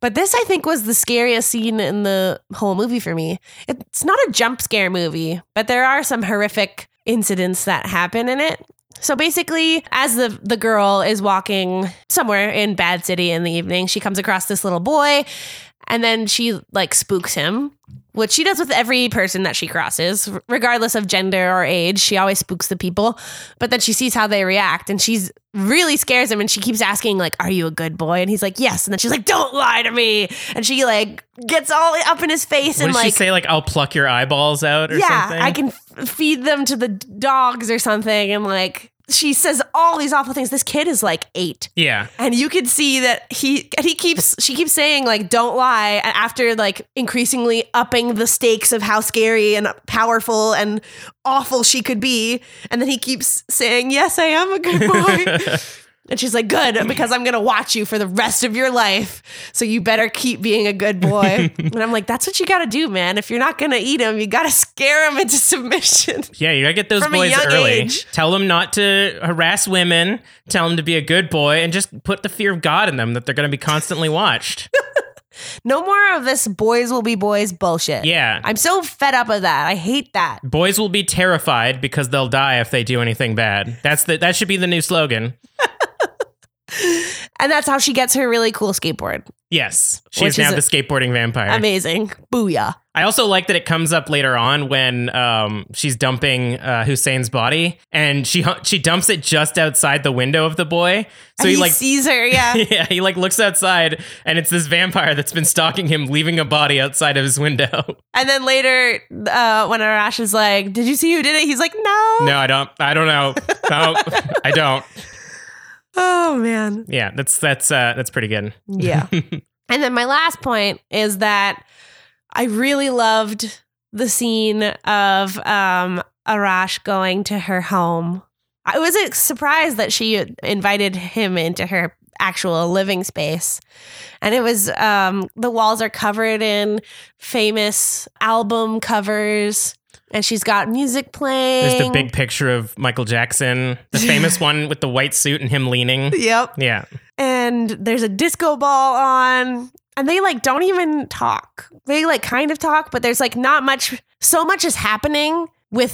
[SPEAKER 1] But this, I think, was the scariest scene in the whole movie for me. It's not a jump scare movie, but there are some horrific incidents that happen in it. So basically, as the, the girl is walking somewhere in Bad City in the evening, she comes across this little boy and then she like spooks him, which she does with every person that she crosses, r- regardless of gender or age. She always spooks the people, but then she sees how they react and she's really scares him and she keeps asking like are you a good boy and he's like yes and then she's like don't lie to me and she like gets all up in his face
[SPEAKER 2] What
[SPEAKER 1] and
[SPEAKER 2] did she
[SPEAKER 1] like
[SPEAKER 2] say? Like, I'll pluck your eyeballs out or
[SPEAKER 1] yeah,
[SPEAKER 2] something?
[SPEAKER 1] I can f- feed them to the d- dogs or something. And like, she says all these awful things. This kid is like eight.
[SPEAKER 2] Yeah.
[SPEAKER 1] And you can see that he and he keeps she keeps saying like don't lie and after like increasingly upping the stakes of how scary and powerful and awful she could be and then he keeps saying yes I am a good boy and she's like good because I'm going to watch you for the rest of your life so you better keep being a good boy and I'm like that's what you got to do man if you're not going to eat him you got to scare him into submission
[SPEAKER 2] Yeah, you gotta get those
[SPEAKER 1] From a
[SPEAKER 2] boys
[SPEAKER 1] young
[SPEAKER 2] early.
[SPEAKER 1] age.
[SPEAKER 2] Tell them not to harass women. Tell them to be a good boy, and just put the fear of God in them that they're gonna be constantly watched.
[SPEAKER 1] no more of this boys will be boys bullshit
[SPEAKER 2] Yeah.
[SPEAKER 1] I'm so fed up of that I hate that
[SPEAKER 2] boys will be terrified because they'll die if they do anything bad. That's the that should be the new slogan.
[SPEAKER 1] And that's how she gets her really cool skateboard.
[SPEAKER 2] Yes,
[SPEAKER 1] Which
[SPEAKER 2] she's
[SPEAKER 1] is
[SPEAKER 2] now
[SPEAKER 1] a-
[SPEAKER 2] the skateboarding vampire.
[SPEAKER 1] Amazing. Booyah.
[SPEAKER 2] I also like that it comes up later on when um, she's dumping uh, Hussein's body, and she hu- she dumps it just outside the window of the boy. So
[SPEAKER 1] and
[SPEAKER 2] he,
[SPEAKER 1] he
[SPEAKER 2] like
[SPEAKER 1] sees her, yeah.
[SPEAKER 2] yeah, he like looks outside and it's this vampire that's been stalking him, leaving a body outside of his window.
[SPEAKER 1] and then later, uh, when Arash is like, Did you see who did it? He's like, No.
[SPEAKER 2] no, I don't. I don't know. No, I don't.
[SPEAKER 1] Oh, man.
[SPEAKER 2] Yeah, that's that's uh, that's pretty good.
[SPEAKER 1] Yeah. and then my last point is that I really loved the scene of um, Arash going to her home. I was uh, surprised that she invited him into her actual living space. And it was um, the walls are covered in famous album covers, and she's got music playing.
[SPEAKER 2] There's the big picture of Michael Jackson, the famous one with the white suit and him leaning.
[SPEAKER 1] Yep.
[SPEAKER 2] Yeah,
[SPEAKER 1] and there's a disco ball on and they like don't even talk. They like kind of talk, but there's like not much. So much is happening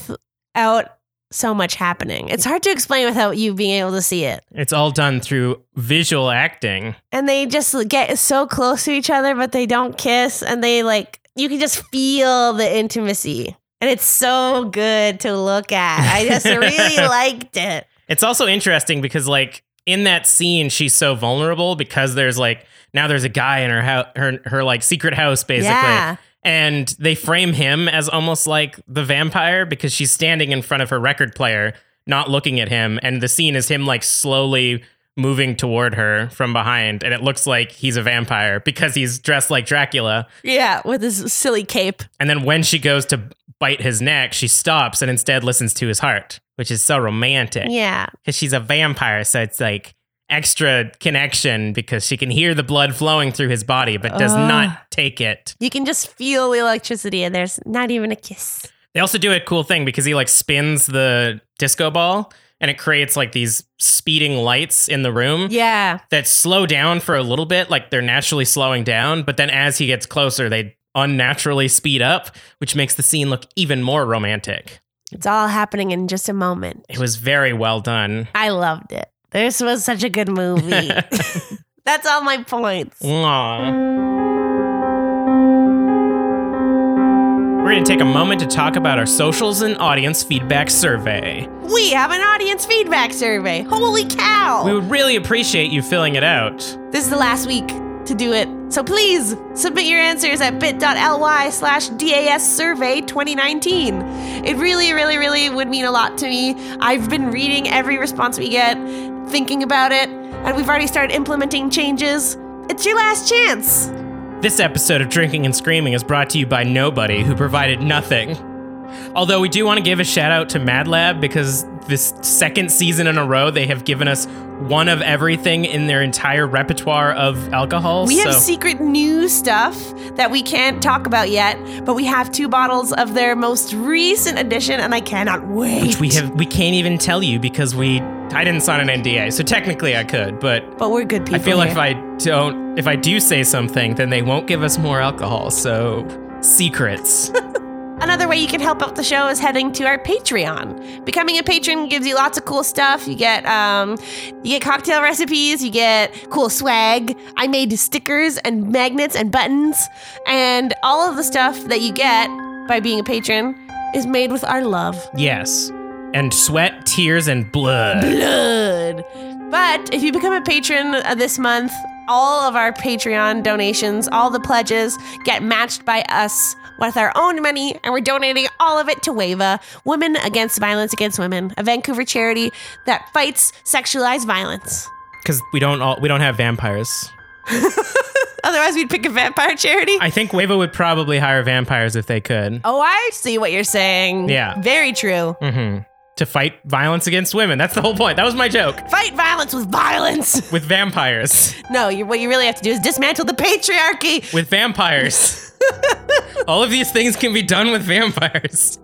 [SPEAKER 1] without so much happening. It's hard to explain without you being able to see it.
[SPEAKER 2] It's all done through visual acting.
[SPEAKER 1] And they just get so close to each other, but they don't kiss. And they like you can just feel the intimacy, and it's so good to look at. I just really liked it.
[SPEAKER 2] It's also interesting because like in that scene she's so vulnerable because there's like now there's a guy in her hou- her her like secret house basically.
[SPEAKER 1] Yeah.
[SPEAKER 2] And they frame him as almost like the vampire because she's standing in front of her record player, not looking at him, and the scene is him like slowly moving toward her from behind and it looks like he's a vampire because he's dressed like Dracula.
[SPEAKER 1] Yeah, with this silly cape.
[SPEAKER 2] And then when she goes to bite his neck, she stops and instead listens to his heart, which is so romantic
[SPEAKER 1] Yeah,
[SPEAKER 2] because she's a vampire. So it's like extra connection because she can hear the blood flowing through his body, but does
[SPEAKER 1] Ugh.
[SPEAKER 2] not take it.
[SPEAKER 1] you can just feel the electricity, and there's not even a kiss.
[SPEAKER 2] They also do a cool thing because he like spins the disco ball and it creates like these speeding lights in the room
[SPEAKER 1] Yeah,
[SPEAKER 2] that slow down for a little bit. Like they're naturally slowing down, but then as he gets closer, they unnaturally speed up, which makes the scene look even more romantic.
[SPEAKER 1] it's all happening in just a moment.
[SPEAKER 2] It was very well done.
[SPEAKER 1] I loved it. This was such a good movie. That's all my points.
[SPEAKER 2] Aw. We're going to take a moment to talk about our socials and audience feedback survey.
[SPEAKER 1] We have an audience feedback survey. Holy cow!
[SPEAKER 2] We would really appreciate you filling it out.
[SPEAKER 1] This is the last week to do it. So please submit your answers at bit.ly slash DAS survey 2019. It really, really, really would mean a lot to me. I've been reading every response we get, thinking about it, and we've already started implementing changes. It's your last chance.
[SPEAKER 2] This episode of Drinking and Screaming is brought to you by Nobody, who provided nothing. Although we do want to give a shout out to Mad Lab because this second season in a row they have given us one of everything in their entire repertoire of alcohol.
[SPEAKER 1] We have
[SPEAKER 2] so-
[SPEAKER 1] secret new stuff that we can't talk about yet, but we have two bottles of their most recent edition, and I cannot wait.
[SPEAKER 2] which we have we can't even tell you because we I didn't sign an NDA, so technically I could, but
[SPEAKER 1] But we're good people.
[SPEAKER 2] I feel
[SPEAKER 1] here.
[SPEAKER 2] like if I don't if I do say something, then they won't give us more alcohol. So secrets.
[SPEAKER 1] Another way you can help out the show is heading to our Patreon. Becoming a patron gives you lots of cool stuff. You get um, you get cocktail recipes, you get cool swag. I made stickers and magnets and buttons, and all of the stuff that you get by being a patron is made with our love.
[SPEAKER 2] yes. And sweat, tears, and blood.
[SPEAKER 1] Blood. But if you become a patron uh, this month, all of our Patreon donations, all the pledges get matched by us with our own money, and we're donating all of it to WAVA, Women Against Violence Against Women, a Vancouver charity that fights sexualized violence.
[SPEAKER 2] Because we don't all we don't have vampires.
[SPEAKER 1] Otherwise, we'd pick a vampire charity.
[SPEAKER 2] I think Wava would probably hire vampires if they could.
[SPEAKER 1] oh, I see what you're saying.
[SPEAKER 2] Yeah.
[SPEAKER 1] Very true.
[SPEAKER 2] Mm-hmm. To fight violence against women. That's the whole point. That was my joke.
[SPEAKER 1] Fight violence with violence.
[SPEAKER 2] With vampires.
[SPEAKER 1] No, you, what you really have to do is dismantle the patriarchy.
[SPEAKER 2] With vampires. all of these things can be done with vampires.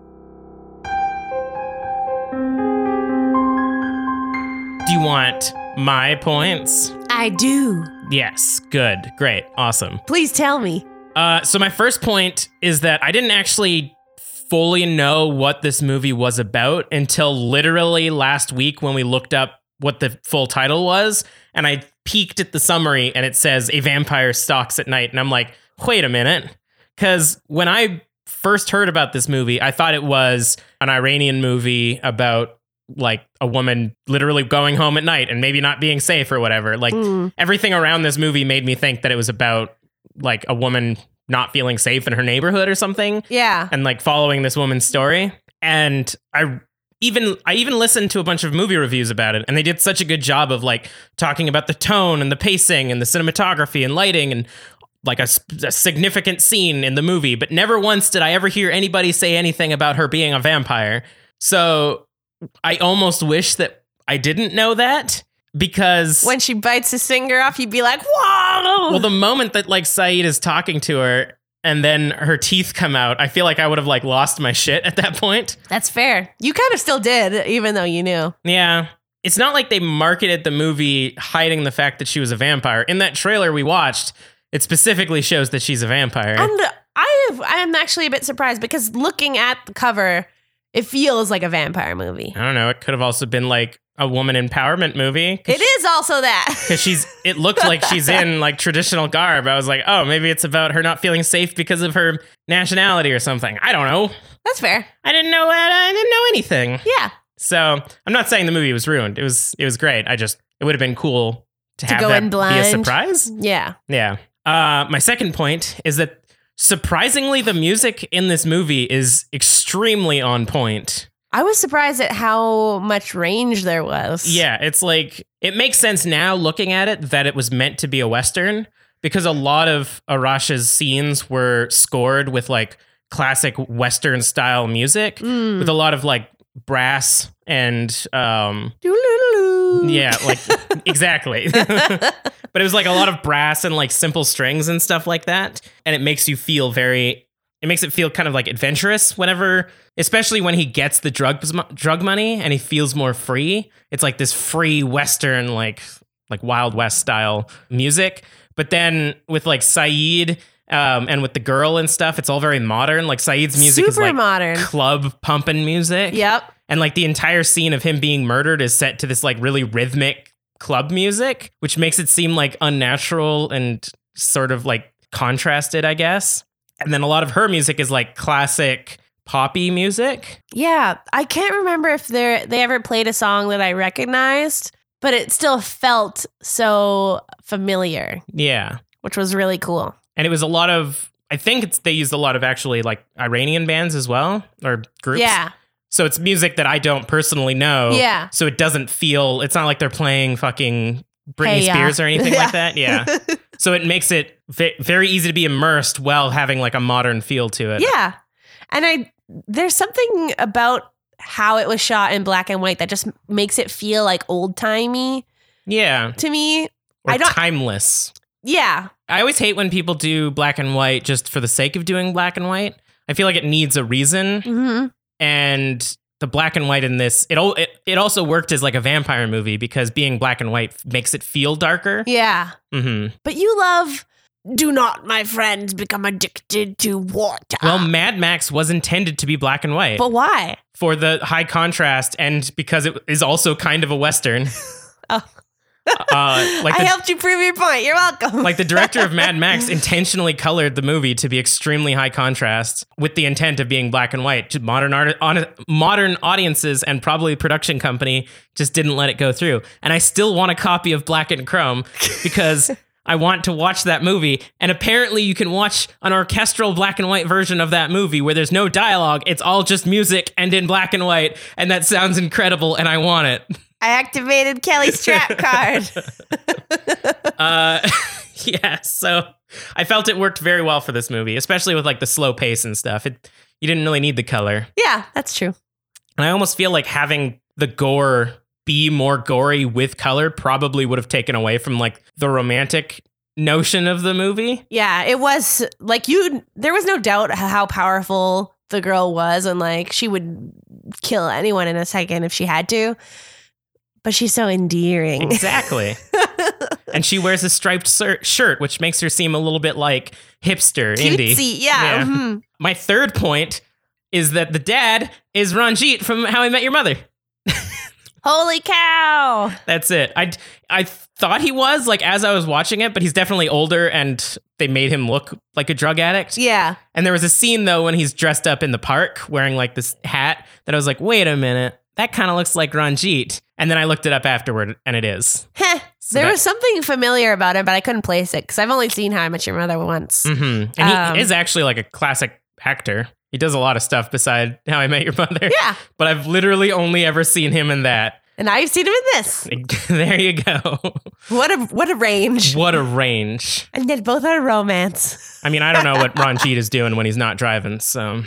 [SPEAKER 2] Do you want my points?
[SPEAKER 1] I do.
[SPEAKER 2] Yes. Good. Great. Awesome.
[SPEAKER 1] Please tell me.
[SPEAKER 2] Uh, so my first point is that I didn't actually fully know what this movie was about until literally last week when we looked up what the full title was, and I peeked at the summary and it says a vampire stalks at night, and I'm like, wait a minute, because when I first heard about this movie, I thought it was an Iranian movie about like a woman literally going home at night and maybe not being safe or whatever. Like
[SPEAKER 1] Mm.
[SPEAKER 2] everything around this movie made me think that it was about like a woman not feeling safe in her neighborhood or something
[SPEAKER 1] Yeah.
[SPEAKER 2] and like following this woman's story and i even i even listened to a bunch of movie reviews about it and they did such a good job of like talking about the tone and the pacing and the cinematography and lighting and like a, s- a significant scene in the movie but never once did i ever hear anybody say anything about her being a vampire so i almost wish that i didn't know that because
[SPEAKER 1] when she bites his finger off, you'd be like, "Whoa!"
[SPEAKER 2] well, the moment that like Saeed is talking to her and then her teeth come out, I feel like I would have like lost my shit at that point.
[SPEAKER 1] That's fair. You kind of still did, even though you knew.
[SPEAKER 2] Yeah. It's not like they marketed the movie hiding the fact that she was a vampire. In that trailer we watched, It specifically shows that she's a vampire.
[SPEAKER 1] And I have, I am actually a bit surprised because looking at the cover, it feels like a vampire movie.
[SPEAKER 2] I don't know. It could have also been like a woman empowerment movie.
[SPEAKER 1] It is also that.
[SPEAKER 2] Because she's, it looked like she's in like traditional garb. I was like, oh, maybe it's about her not feeling safe because of her nationality or something. I don't know.
[SPEAKER 1] That's fair.
[SPEAKER 2] I didn't know that. I didn't know anything.
[SPEAKER 1] Yeah.
[SPEAKER 2] So I'm not saying the movie was ruined. It was, it was great. I just, it would have been cool to, have
[SPEAKER 1] go
[SPEAKER 2] that
[SPEAKER 1] in
[SPEAKER 2] be a
[SPEAKER 1] blind.
[SPEAKER 2] surprise.
[SPEAKER 1] Yeah.
[SPEAKER 2] Yeah. Uh, my second point is that surprisingly, the music in this movie is extremely on point.
[SPEAKER 1] I was surprised at how much range there was.
[SPEAKER 2] Yeah, it's like it makes sense now looking at it that it was meant to be a western because a lot of Arash's scenes were scored with like classic western style music
[SPEAKER 1] Mm.
[SPEAKER 2] with a lot of like brass and um
[SPEAKER 1] Doo-doo-doo-doo.
[SPEAKER 2] yeah, like exactly. but it was like a lot of brass and like simple strings and stuff like that. And it makes you feel very, it makes it feel kind of like adventurous whenever, especially when he gets the drug, drug money and he feels more free. It's like this free Western, like, like Wild West style music. But then with like Saeed um, and with the girl and stuff, it's all very modern. Like Saeed's music is
[SPEAKER 1] Super
[SPEAKER 2] like
[SPEAKER 1] modern.
[SPEAKER 2] club pumping music.
[SPEAKER 1] Yep.
[SPEAKER 2] And like the entire scene of him being murdered is set to this like really rhythmic club music, which makes it seem like unnatural and sort of like contrasted, I guess. And then a lot of her music is like classic poppy music.
[SPEAKER 1] Yeah. I can't remember if they they ever played a song that I recognized, but it still felt so familiar,
[SPEAKER 2] Yeah.
[SPEAKER 1] which was really cool.
[SPEAKER 2] And it was a lot of, I think it's, they used a lot of actually like Iranian bands as well or groups.
[SPEAKER 1] Yeah.
[SPEAKER 2] So it's music that I don't personally know.
[SPEAKER 1] Yeah.
[SPEAKER 2] So it doesn't feel, it's not like they're playing fucking Britney
[SPEAKER 1] Hey Ya.
[SPEAKER 2] Spears or anything
[SPEAKER 1] Yeah.
[SPEAKER 2] like that. Yeah. So it makes it ve- very easy to be immersed while having like a modern feel to it.
[SPEAKER 1] yeah. And I there's something about how it was shot in black and white that just makes it feel like old timey
[SPEAKER 2] Yeah.
[SPEAKER 1] to me.
[SPEAKER 2] Or
[SPEAKER 1] I don't-
[SPEAKER 2] timeless.
[SPEAKER 1] Yeah.
[SPEAKER 2] I always hate when people do black and white just for the sake of doing black and white. I feel like it needs a reason.
[SPEAKER 1] hmm
[SPEAKER 2] And the black and white in this, it, al- it, it also worked as like a vampire movie because being black and white makes it feel darker.
[SPEAKER 1] Yeah.
[SPEAKER 2] hmm
[SPEAKER 1] But you love do not, my friends, become addicted to water.
[SPEAKER 2] Well, Mad Max was intended to be black and white
[SPEAKER 1] but why?
[SPEAKER 2] for the high contrast and because it is also kind of a Western.
[SPEAKER 1] Oh.
[SPEAKER 2] Uh, like
[SPEAKER 1] I
[SPEAKER 2] the
[SPEAKER 1] helped you prove your point. You're welcome.
[SPEAKER 2] like the director of Mad Max intentionally colored the movie to be extremely high contrast with the intent of being black and white. To modern art, on, modern audiences and probably production company just didn't let it go through. And I still want a copy of Black and Chrome because I want to watch that movie. And apparently, you can watch an orchestral black and white version of that movie where there's no dialogue. It's all just music and in black and white. And that sounds incredible. And I want it.
[SPEAKER 1] I activated Kelly's trap card.
[SPEAKER 2] Uh, yeah, so I felt it worked very well for this movie, especially with like the slow pace and stuff. It you didn't really need the color,
[SPEAKER 1] yeah, that's true.
[SPEAKER 2] and I almost feel like having the gore be more gory with color probably would have taken away from like the romantic notion of the movie.
[SPEAKER 1] Yeah, it was like you. There was no doubt h- how powerful the girl was, and like she would kill anyone in a second if she had to. But she's so endearing.
[SPEAKER 2] Mm, Exactly. and she wears a striped sir- shirt, which makes her seem a little bit like hipster indie.
[SPEAKER 1] Cutesy, yeah.
[SPEAKER 2] Yeah.
[SPEAKER 1] mhm.
[SPEAKER 2] My third point is that the dad is Ranjit from How I Met Your Mother.
[SPEAKER 1] Holy cow!
[SPEAKER 2] That's it. I I thought he was like as I was watching it, but he's definitely older, and they made him look like a drug addict.
[SPEAKER 1] Yeah,
[SPEAKER 2] And there was a scene though when he's dressed up in the park wearing like this hat that I was like, wait a minute, that kind of looks like Ranjit. And then I looked it up afterward, and it is.
[SPEAKER 1] Heh. there
[SPEAKER 2] that-
[SPEAKER 1] was something familiar about it, but I couldn't place it because I've only seen How I Met Your Mother once.
[SPEAKER 2] hmm And he
[SPEAKER 1] Um,
[SPEAKER 2] is actually like a classic actor. He does a lot of stuff beside How I Met Your Mother.
[SPEAKER 1] Yeah,
[SPEAKER 2] But I've literally only ever seen him in that.
[SPEAKER 1] and I've seen him in this.
[SPEAKER 2] there you go.
[SPEAKER 1] What a what a range!
[SPEAKER 2] what a range.
[SPEAKER 1] And yet both are romance.
[SPEAKER 2] I mean, I don't know what Ron Cheat is doing when he's not driving. So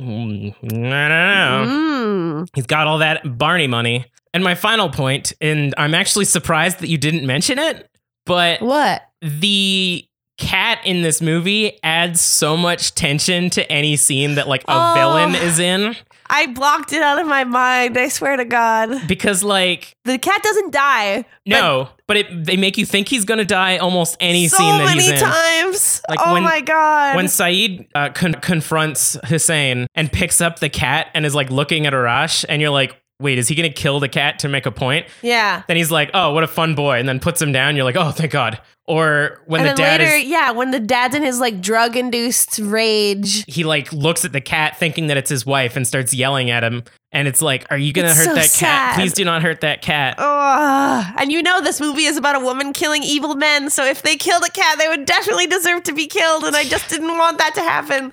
[SPEAKER 2] Mm, I don't know.
[SPEAKER 1] Mm.
[SPEAKER 2] He's got all that Barney money. And my final point, and I'm actually surprised that you didn't mention it, but
[SPEAKER 1] What?
[SPEAKER 2] the Cat in this movie adds so much tension to any scene that like a
[SPEAKER 1] Oh.
[SPEAKER 2] villain is in
[SPEAKER 1] I blocked it out of my mind. I swear to God.
[SPEAKER 2] because like
[SPEAKER 1] The cat doesn't die.
[SPEAKER 2] no, but it they make you think he's gonna die almost any
[SPEAKER 1] so
[SPEAKER 2] scene that
[SPEAKER 1] many
[SPEAKER 2] he's in.
[SPEAKER 1] times.
[SPEAKER 2] Like,
[SPEAKER 1] oh
[SPEAKER 2] when-
[SPEAKER 1] my God.
[SPEAKER 2] When Saeed uh, con- confronts Hussein and picks up the cat and is like looking at Arash, and you're like, wait, is he gonna kill the cat to make a point?
[SPEAKER 1] yeah.
[SPEAKER 2] Then he's like, oh, what a fun boy, and then puts him down. You're like, oh, thank God. Or when
[SPEAKER 1] And
[SPEAKER 2] the
[SPEAKER 1] then
[SPEAKER 2] dad
[SPEAKER 1] later,
[SPEAKER 2] is,
[SPEAKER 1] yeah, when the dad's in his like drug induced rage.
[SPEAKER 2] he like looks at the cat thinking that it's his wife and starts yelling at him. And it's like, are you gonna
[SPEAKER 1] It's
[SPEAKER 2] hurt
[SPEAKER 1] so
[SPEAKER 2] that
[SPEAKER 1] sad. Oh.
[SPEAKER 2] cat? Please do not hurt that cat.
[SPEAKER 1] Ugh. And you know this movie is about a woman killing evil men, so if they killed a cat, they would definitely deserve to be killed, and I just didn't want that to happen.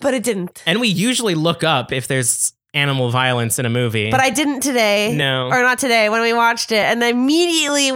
[SPEAKER 1] But it didn't.
[SPEAKER 2] And we usually look up if there's animal violence in a movie.
[SPEAKER 1] But I didn't today.
[SPEAKER 2] No.
[SPEAKER 1] Or not today, when we watched it. And immediately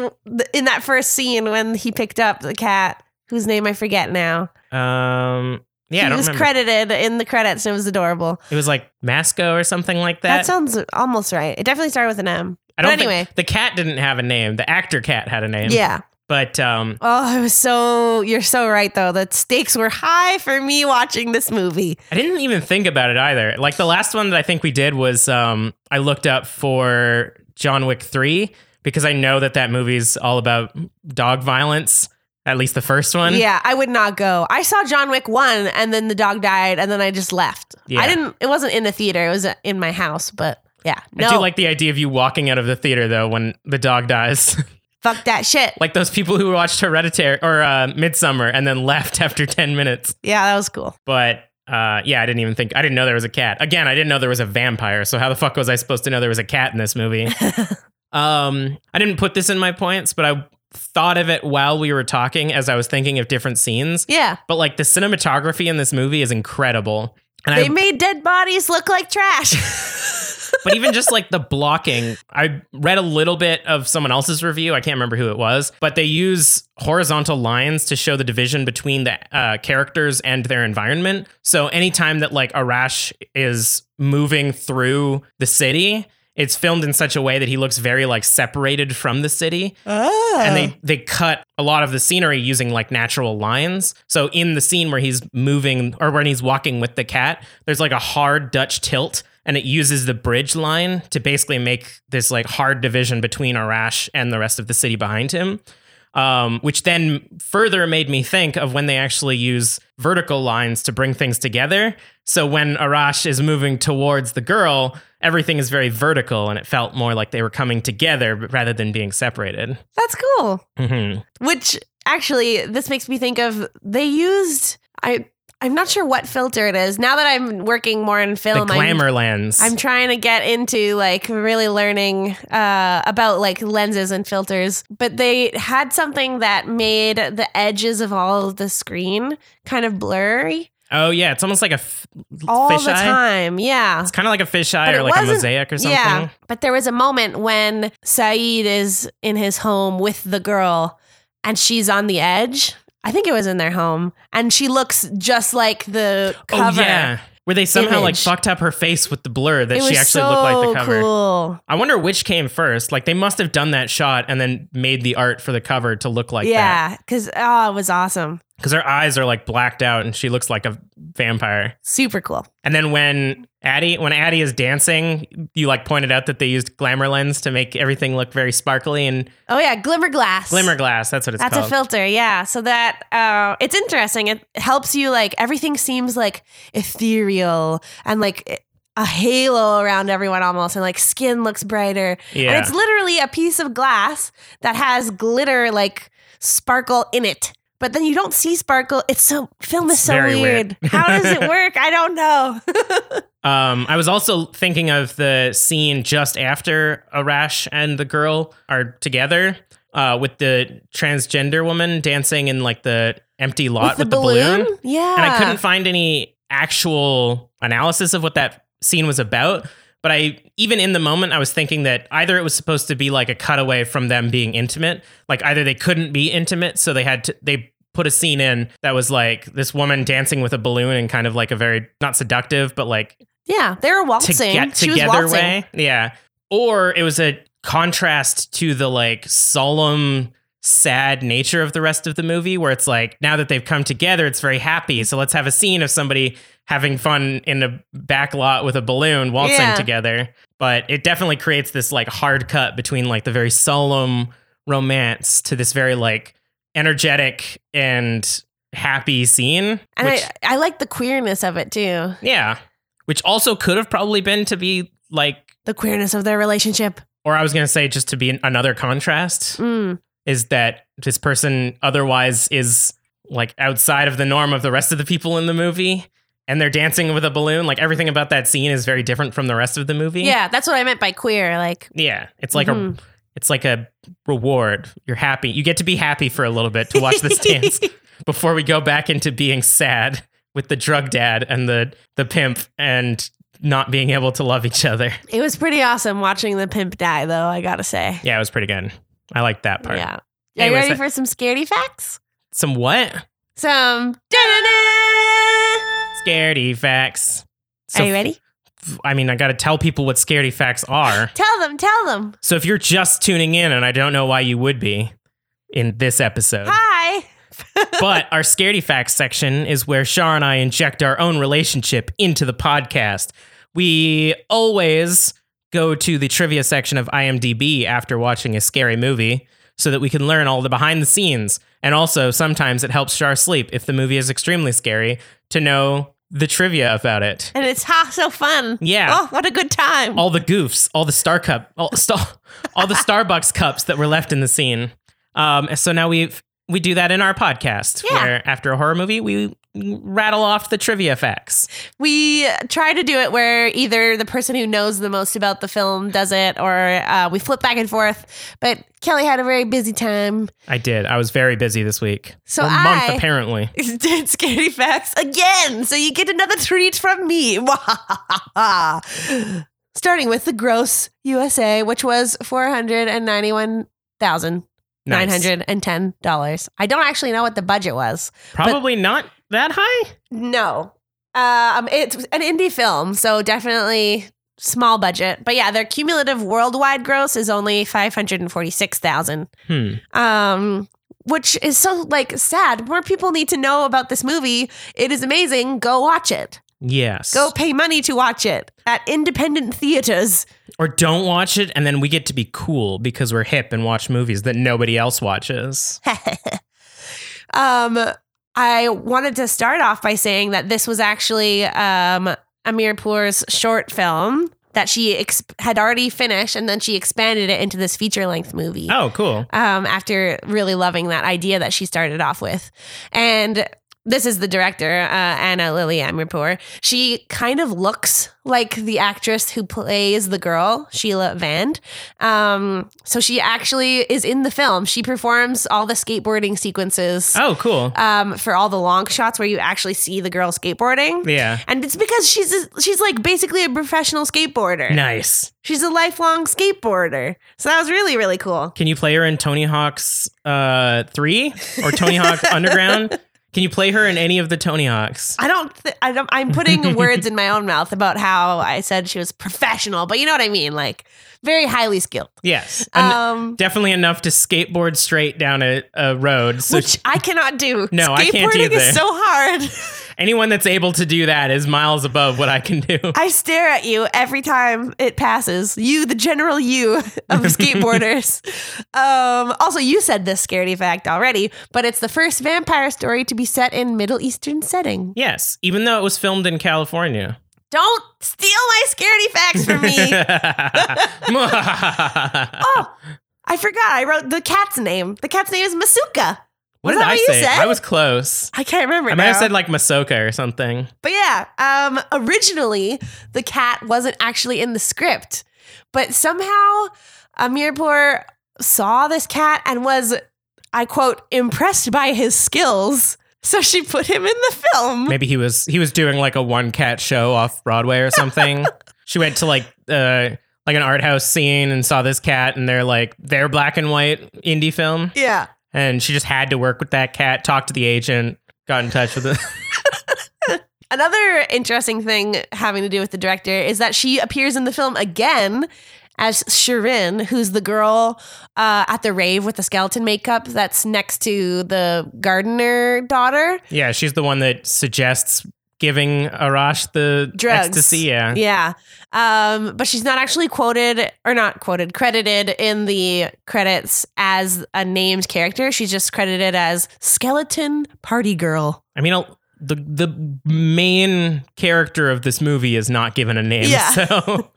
[SPEAKER 1] in that first scene when he picked up the cat, whose name I forget now.
[SPEAKER 2] um, yeah, I
[SPEAKER 1] he
[SPEAKER 2] don't
[SPEAKER 1] was
[SPEAKER 2] remember.
[SPEAKER 1] credited in the credits and it was adorable.
[SPEAKER 2] it was like Masco or something like
[SPEAKER 1] That,
[SPEAKER 2] that.
[SPEAKER 1] sounds almost right. It definitely started with an M.
[SPEAKER 2] I don't
[SPEAKER 1] but anyway.
[SPEAKER 2] think the cat didn't have a name. The actor cat had a name.
[SPEAKER 1] Yeah.
[SPEAKER 2] But um,
[SPEAKER 1] Oh, it was so you're so right though. The stakes were high for me watching this movie.
[SPEAKER 2] I didn't even think about it either. Like the last one that I think we did was um, I looked up for John Wick 3 because I know that that movie's all about dog violence, at least the first one.
[SPEAKER 1] Yeah, I would not go. I saw John Wick one, and then the dog died, and then I just left.
[SPEAKER 2] Yeah.
[SPEAKER 1] I didn't. It wasn't in the theater. It was uh, in my house. But yeah,
[SPEAKER 2] I
[SPEAKER 1] no,
[SPEAKER 2] do like the idea of you walking out of the theater though when the dog dies.
[SPEAKER 1] fuck that shit.
[SPEAKER 2] like those people who watched Hereditary or uh, Midsummer and then left after 10 minutes.
[SPEAKER 1] yeah, that was cool.
[SPEAKER 2] But uh, yeah, I didn't even think, I didn't know there was a cat. Again, I didn't know there was a vampire. So how the fuck was I supposed to know there was a cat in this movie? um, I didn't put this in my points, but I thought of it while we were talking as I was thinking of different scenes.
[SPEAKER 1] Yeah,
[SPEAKER 2] But like the cinematography in this movie is incredible. And
[SPEAKER 1] they
[SPEAKER 2] I,
[SPEAKER 1] made dead bodies look like trash.
[SPEAKER 2] but even just like the blocking, I read a little bit of someone else's review. I can't remember who it was, but they use horizontal lines to show the division between the uh, characters and their environment. So anytime that like Arash is moving through the city, it's filmed in such a way that he looks very like separated from the city and they they cut a lot of the scenery using like natural lines. So in the scene where he's moving or when he's walking with the cat, there's like a hard Dutch tilt and it uses the bridge line to basically make this like hard division between Arash and the rest of the city behind him. Um, which then further made me think of when they actually use vertical lines to bring things together. So when Arash is moving towards the girl, everything is very vertical, and it felt more like they were coming together rather than being separated.
[SPEAKER 1] That's cool.
[SPEAKER 2] hmm
[SPEAKER 1] Which actually, this makes me think of they used I. I'm not sure what filter it is. Now that I'm working more in
[SPEAKER 2] The
[SPEAKER 1] film, I'm
[SPEAKER 2] glamour lens.
[SPEAKER 1] I'm trying to get into like really learning uh, about like lenses and filters, but they had something that made the edges of all of the screen kind of blurry
[SPEAKER 2] oh yeah, it's almost like a f-
[SPEAKER 1] all
[SPEAKER 2] fish
[SPEAKER 1] the
[SPEAKER 2] eye.
[SPEAKER 1] time. Yeah.
[SPEAKER 2] It's kind of like a fisheye
[SPEAKER 1] But
[SPEAKER 2] or
[SPEAKER 1] it
[SPEAKER 2] like a
[SPEAKER 1] wasn't-
[SPEAKER 2] mosaic or something.
[SPEAKER 1] Yeah. But there was a moment when Saeed is in his home with the girl and she's on the edge. I think it was in their home. And she looks just like the
[SPEAKER 2] Oh
[SPEAKER 1] cover.
[SPEAKER 2] yeah. Where they somehow like
[SPEAKER 1] Image.
[SPEAKER 2] fucked up her face with the blur that
[SPEAKER 1] It
[SPEAKER 2] she
[SPEAKER 1] was
[SPEAKER 2] actually
[SPEAKER 1] so
[SPEAKER 2] looked like the cover.
[SPEAKER 1] cool.
[SPEAKER 2] I wonder which came first. Like they must have done that shot and then made the art for the cover to look like that.
[SPEAKER 1] yeah. Because, oh, it was awesome.
[SPEAKER 2] Because her eyes are like blacked out and she looks like a vampire.
[SPEAKER 1] Super cool.
[SPEAKER 2] And then when Addie when Addie is dancing, you like pointed out that they used glamour lens to make everything look very sparkly and
[SPEAKER 1] Oh yeah, glimmer glass.
[SPEAKER 2] glimmer glass. That's what it's
[SPEAKER 1] That's
[SPEAKER 2] called.
[SPEAKER 1] a filter, yeah. So that uh, it's interesting. It helps you like everything seems like ethereal and like a halo around everyone almost, and like skin looks brighter.
[SPEAKER 2] yeah.
[SPEAKER 1] And it's literally a piece of glass that has glitter like sparkle in it. But then you don't see sparkle. It's so film is so
[SPEAKER 2] very
[SPEAKER 1] weird.
[SPEAKER 2] weird.
[SPEAKER 1] How does it work? I don't know.
[SPEAKER 2] Um, I was also thinking of the scene just after Arash and the girl are together uh, with the transgender woman dancing in like the empty lot with, the, balloon.
[SPEAKER 1] Yeah.
[SPEAKER 2] And I couldn't find any actual analysis of what that scene was about. But I, even in the moment, I was thinking that either it was supposed to be like a cutaway from them being intimate, like either they couldn't be intimate, so they had to, they put a scene in that was like this woman dancing with a balloon and kind of like a very, not seductive, but like
[SPEAKER 1] Yeah, they were
[SPEAKER 2] to
[SPEAKER 1] waltzing.
[SPEAKER 2] get
[SPEAKER 1] she was
[SPEAKER 2] together
[SPEAKER 1] waltzing.
[SPEAKER 2] way. Yeah. Or it was a contrast to the like solemn sad nature of the rest of the movie where it's like now that they've come together it's very happy so let's have a scene of somebody having fun in a back lot with a balloon waltzing
[SPEAKER 1] Yeah.
[SPEAKER 2] together but it definitely creates this like hard cut between like the very solemn romance to this very like energetic and happy scene
[SPEAKER 1] And
[SPEAKER 2] which,
[SPEAKER 1] I, I like the queerness of it too.
[SPEAKER 2] yeah which also could have probably been to be like
[SPEAKER 1] The queerness of their relationship.
[SPEAKER 2] or I was going to say just to be an- another contrast
[SPEAKER 1] Mm.
[SPEAKER 2] is that this person otherwise is like outside of the norm of the rest of the people in the movie and they're dancing with a balloon like everything about that scene is very different from the rest of the movie
[SPEAKER 1] Yeah, that's what I meant by queer. Like,
[SPEAKER 2] yeah it's like
[SPEAKER 1] Mhm.
[SPEAKER 2] a it's like a reward you're happy you get to be happy for a little bit to watch this dance before we go back into being sad with the drug dad and the the pimp and not being able to love each other
[SPEAKER 1] it was pretty awesome watching the pimp die, though, I gotta say.
[SPEAKER 2] yeah it was pretty good i liked that part
[SPEAKER 1] Yeah. Are you
[SPEAKER 2] Anyways,
[SPEAKER 1] ready
[SPEAKER 2] that-
[SPEAKER 1] for some scaredy facts?
[SPEAKER 2] some what
[SPEAKER 1] Some. da-da-da!
[SPEAKER 2] scaredy facts So
[SPEAKER 1] Are you ready?
[SPEAKER 2] I mean, I got to tell people what scaredy facts are.
[SPEAKER 1] Tell them, tell them.
[SPEAKER 2] So if you're just tuning in, and I don't know why you would be in this episode,
[SPEAKER 1] Hi.
[SPEAKER 2] but our scaredy facts section is where Shar and I inject our own relationship into the podcast. We always go to the trivia section of IMDb after watching a scary movie so that we can learn all the behind the scenes. And also, sometimes it helps Shar sleep if the movie is extremely scary to know the trivia about it.
[SPEAKER 1] And it's ha, so fun.
[SPEAKER 2] Yeah.
[SPEAKER 1] Oh, what a good time.
[SPEAKER 2] all the goofs, all the star cup, all, sta- all the Starbucks cups that were left in the scene. Um, so now we we do that in our podcast,
[SPEAKER 1] Yeah.
[SPEAKER 2] where after a horror movie we rattle off the trivia facts.
[SPEAKER 1] We try to do it where either the person who knows the most about the film does it or uh, we flip back and forth. But Kelly had a very busy time.
[SPEAKER 2] I did. I was very busy this week.
[SPEAKER 1] So
[SPEAKER 2] Or
[SPEAKER 1] I-
[SPEAKER 2] month apparently.
[SPEAKER 1] did Scaredy Facts again. So you get another treat from me. Starting with the gross USA, which was $491,910.
[SPEAKER 2] Nice.
[SPEAKER 1] I don't actually know what the budget was.
[SPEAKER 2] Probably not that high.
[SPEAKER 1] No. Um, it's an indie film, so definitely small budget. But yeah, their cumulative worldwide gross is only 546,000
[SPEAKER 2] Hmm.
[SPEAKER 1] um, which is so like sad. More people need to know about this movie. It is amazing. Go watch it.
[SPEAKER 2] Yes.
[SPEAKER 1] Go pay money to watch it at independent theaters.
[SPEAKER 2] Or don't watch it, and then we get to be cool because we're hip and watch movies that nobody else watches.
[SPEAKER 1] um, I wanted to start off by saying that this was actually um, Amirpour's short film that she ex- had already finished, and then she expanded it into this feature length movie.
[SPEAKER 2] Oh, cool.
[SPEAKER 1] um, after really loving that idea that she started off with. And this is the director, uh, Anna Lily Amirpour. She kind of looks like the actress who plays the girl, Sheila Vand. Um, so she actually is in the film. She performs all the skateboarding sequences
[SPEAKER 2] Oh, cool.
[SPEAKER 1] um, for all the long shots where you actually see the girl skateboarding.
[SPEAKER 2] Yeah.
[SPEAKER 1] And it's because she's she's like basically a professional skateboarder.
[SPEAKER 2] Nice.
[SPEAKER 1] She's a lifelong skateboarder. So that was really really cool.
[SPEAKER 2] Can you play her in Tony Hawk's uh, Three or Tony Hawk Underground? Can you play her in any of the Tony Hawks?
[SPEAKER 1] I don't. Th- I don't. I'm putting words in my own mouth about how I said she was professional, but you know what I mean, like very highly skilled.
[SPEAKER 2] Yes, En-
[SPEAKER 1] Um,
[SPEAKER 2] definitely enough to skateboard straight down a, a road. So
[SPEAKER 1] which I cannot do.
[SPEAKER 2] No, I can't
[SPEAKER 1] Skateboarding
[SPEAKER 2] either.
[SPEAKER 1] is so hard.
[SPEAKER 2] anyone that's able to do that is miles above what I can do.
[SPEAKER 1] I stare at you every time it passes. You, the general you of skateboarders. um, also, you said this scaredy fact already, but it's the first vampire story to be set in Middle Eastern setting.
[SPEAKER 2] yes, even though it was filmed in California.
[SPEAKER 1] Don't steal my scaredy facts from me.
[SPEAKER 2] oh,
[SPEAKER 1] I forgot. I wrote the cat's name. The cat's name is Masuka. Was
[SPEAKER 2] what did
[SPEAKER 1] that
[SPEAKER 2] I
[SPEAKER 1] what you
[SPEAKER 2] say?
[SPEAKER 1] said?
[SPEAKER 2] I was close.
[SPEAKER 1] I can't remember.
[SPEAKER 2] I might have
[SPEAKER 1] now.
[SPEAKER 2] said like Masoka or something.
[SPEAKER 1] but yeah, um, originally the cat wasn't actually in the script, but somehow Amirpour saw this cat and was, I quote, impressed by his skills. So she put him in the film.
[SPEAKER 2] Maybe he was he was doing like a one cat show off Broadway or something. she went to like uh like an art house scene and saw this cat and they're like their black and white indie film
[SPEAKER 1] Yeah.
[SPEAKER 2] and she just had to work with that cat, talked to the agent, got in touch with it.
[SPEAKER 1] Another interesting thing having to do with the director is that she appears in the film again as Shirin, who's the girl uh, at the rave with the skeleton makeup that's next to the gardener daughter.
[SPEAKER 2] Yeah, she's the one that suggests giving Arash the
[SPEAKER 1] drugs.
[SPEAKER 2] ecstasy. Yeah.
[SPEAKER 1] Yeah. Um, but she's not actually quoted or not quoted, credited in the credits as a named character. She's just credited as Skeleton Party Girl.
[SPEAKER 2] I mean, I'll- the the main character of this movie is not given a name.
[SPEAKER 1] Yeah.
[SPEAKER 2] So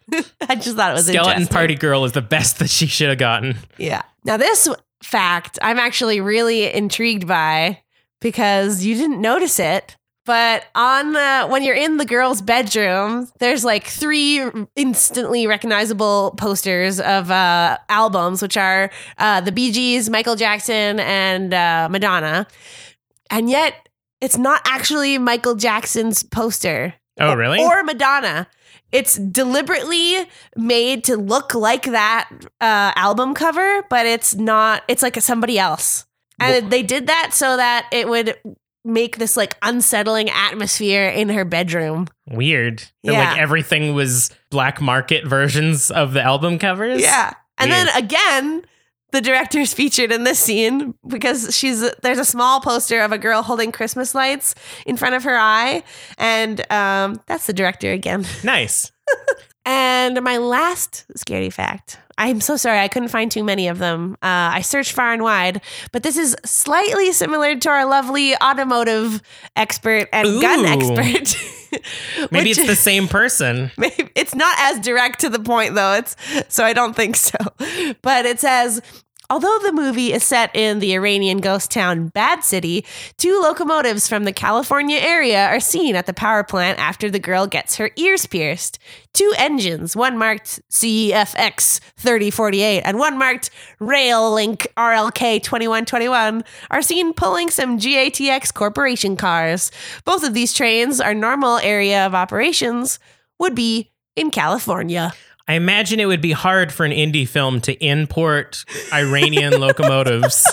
[SPEAKER 1] I just thought it was
[SPEAKER 2] Skeleton
[SPEAKER 1] interesting.
[SPEAKER 2] Party Girl is the best that she should have gotten.
[SPEAKER 1] Yeah. Now this fact I'm actually really intrigued by because you didn't notice it, but on the when you're in the girl's bedroom, there's like three instantly recognizable posters of uh, albums, which are uh, the Bee Gees, Michael Jackson, and uh, Madonna, and yet it's not actually Michael Jackson's poster
[SPEAKER 2] Oh, really?
[SPEAKER 1] or Madonna. It's deliberately made to look like that uh, album cover, but it's not. It's like somebody else, and they did that so that it would make this like unsettling atmosphere in her bedroom.
[SPEAKER 2] Weird. That, Like
[SPEAKER 1] Yeah.
[SPEAKER 2] everything was black market versions of the album covers.
[SPEAKER 1] and
[SPEAKER 2] Weird.
[SPEAKER 1] then again, the director's featured in this scene because she's there's a small poster of a girl holding Christmas lights in front of her eye, and um, that's the director again.
[SPEAKER 2] Nice.
[SPEAKER 1] And my last scary fact. I'm so sorry, I couldn't find too many of them. Uh, I searched far and wide, but this is slightly similar to our lovely automotive expert and gun
[SPEAKER 2] Ooh.
[SPEAKER 1] expert.
[SPEAKER 2] Maybe
[SPEAKER 1] Which-
[SPEAKER 2] it's the same person.
[SPEAKER 1] Maybe it's not as direct to the point though. It's so I don't think so. But it says although the movie is set in the Iranian ghost town Bad City, two locomotives from the California area are seen at the power plant after the girl gets her ears pierced. Two engines, one marked E CEFX 3048 and one marked Rail Link RLK 2121, are seen pulling some GATX corporation cars. Both of these trains are normal area of operations would be in California.
[SPEAKER 2] I imagine it would be hard for an indie film to import Iranian locomotives.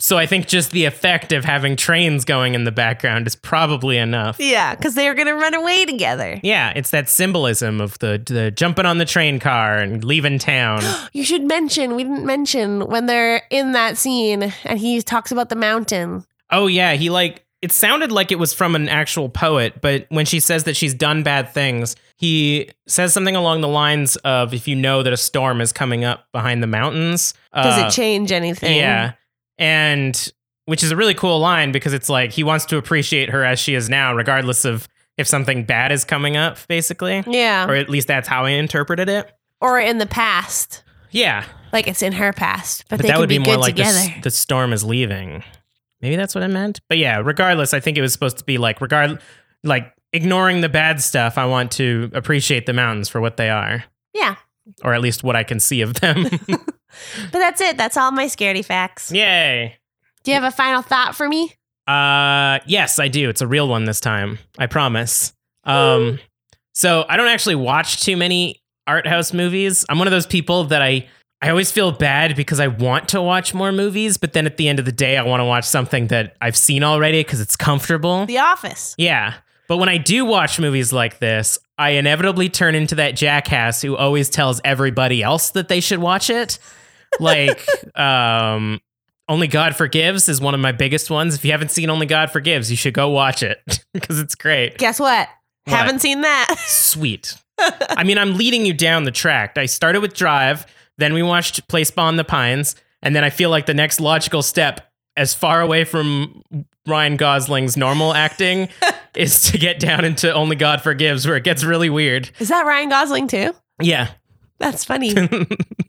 [SPEAKER 2] So I think just the effect of having trains going in the background is probably enough.
[SPEAKER 1] Yeah, because they are going to run away together.
[SPEAKER 2] Yeah, it's that symbolism of the, the jumping on the train car and leaving town.
[SPEAKER 1] You should mention, we didn't mention when they're in that scene and he talks about the mountain.
[SPEAKER 2] oh yeah, he like it sounded like it was from an actual poet, but when she says that she's done bad things, he says something along the lines of if you know that a storm is coming up behind the mountains.
[SPEAKER 1] Does
[SPEAKER 2] uh,
[SPEAKER 1] it change anything?
[SPEAKER 2] Yeah. And which is a really cool line because it's like he wants to appreciate her as she is now, regardless of if something bad is coming up, basically.
[SPEAKER 1] Yeah.
[SPEAKER 2] Or at least that's how I interpreted it.
[SPEAKER 1] Or in the past.
[SPEAKER 2] Yeah.
[SPEAKER 1] Like it's in her past, but,
[SPEAKER 2] But
[SPEAKER 1] they
[SPEAKER 2] that
[SPEAKER 1] could
[SPEAKER 2] would be, more
[SPEAKER 1] good
[SPEAKER 2] like the,
[SPEAKER 1] together.
[SPEAKER 2] s- the storm is leaving. Maybe that's what I meant. But yeah, regardless, I think it was supposed to be like, regard, like ignoring the bad stuff, I want to appreciate the mountains for what they are,
[SPEAKER 1] yeah.
[SPEAKER 2] or at least what I can see of them.
[SPEAKER 1] But that's it. That's all my scaredy facts.
[SPEAKER 2] Yay.
[SPEAKER 1] Do you have a final thought for me?
[SPEAKER 2] Uh, yes, I do. It's a real one this time. I promise. Um, so I don't actually watch too many art house movies. I'm one of those people that I I always feel bad because I want to watch more movies, but then at the end of the day, I want to watch something that I've seen already because it's comfortable.
[SPEAKER 1] The Office.
[SPEAKER 2] Yeah. But when I do watch movies like this, I inevitably turn into that jackass who always tells everybody else that they should watch it. Like, um, Only God Forgives is one of my biggest ones. If you haven't seen Only God Forgives, you should go watch it because it's great.
[SPEAKER 1] Guess what?
[SPEAKER 2] What?
[SPEAKER 1] Haven't seen that.
[SPEAKER 2] Sweet. I mean, I'm leading you down the track. I started with Drive, then we watched Place Spawn the Pines, and then I feel like the next logical step, as far away from Ryan Gosling's normal acting, is to get down into Only God Forgives, where it gets really weird.
[SPEAKER 1] Is that Ryan Gosling too?
[SPEAKER 2] Yeah.
[SPEAKER 1] That's funny.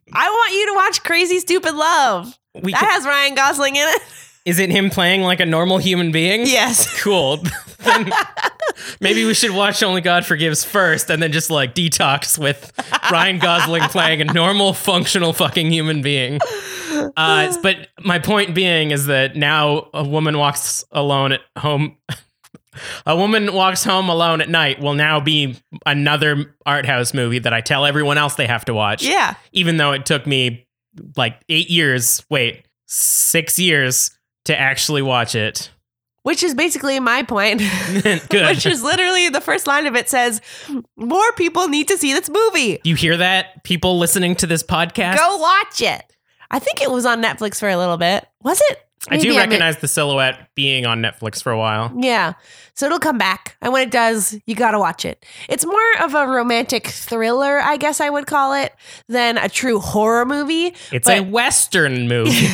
[SPEAKER 1] I
[SPEAKER 2] we
[SPEAKER 1] want you to watch Crazy Stupid Love. That
[SPEAKER 2] can-
[SPEAKER 1] has Ryan Gosling in it.
[SPEAKER 2] is it him playing like a normal human being?
[SPEAKER 1] Yes.
[SPEAKER 2] Cool. Then maybe we should watch Only God Forgives first and then just like detox with Ryan Gosling playing a normal, functional fucking human being. Uh, but my point being is that now a woman walks alone at home. A woman walks home alone at night will now be another art house movie that I tell everyone else they have to watch.
[SPEAKER 1] Yeah.
[SPEAKER 2] Even though it took me like eight years, wait, six years to actually watch it.
[SPEAKER 1] which is basically my point.
[SPEAKER 2] Good.
[SPEAKER 1] which is literally the first line of it says, More people need to see this movie.
[SPEAKER 2] you hear that? People listening to this podcast?
[SPEAKER 1] Go watch it. I think it was on Netflix for a little bit. Was it?
[SPEAKER 2] I
[SPEAKER 1] Maybe
[SPEAKER 2] do
[SPEAKER 1] meant-
[SPEAKER 2] recognize the silhouette being on Netflix for a while.
[SPEAKER 1] Yeah. So it'll come back. And when it does, you got to watch it. It's more of a romantic thriller, I guess I would call it, than a true horror movie.
[SPEAKER 2] It's
[SPEAKER 1] But-
[SPEAKER 2] a Western movie.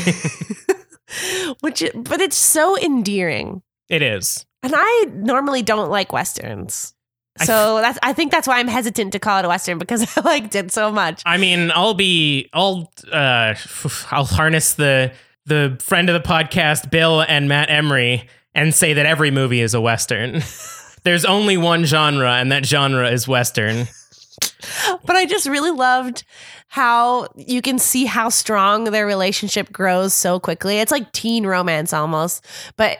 [SPEAKER 1] Which but it's so endearing.
[SPEAKER 2] it is.
[SPEAKER 1] And I normally don't like westerns.
[SPEAKER 2] I
[SPEAKER 1] So that's I think that's why I'm hesitant to call it a western because I liked it so much.
[SPEAKER 2] I mean, I'll be, I'll, uh, I'll harness the the friend of the podcast, Bill and Matt Emery, and say that every movie is a western. There's only one genre, and that genre is western.
[SPEAKER 1] But I just really loved how you can see how strong their relationship grows so quickly. It's like teen romance almost, but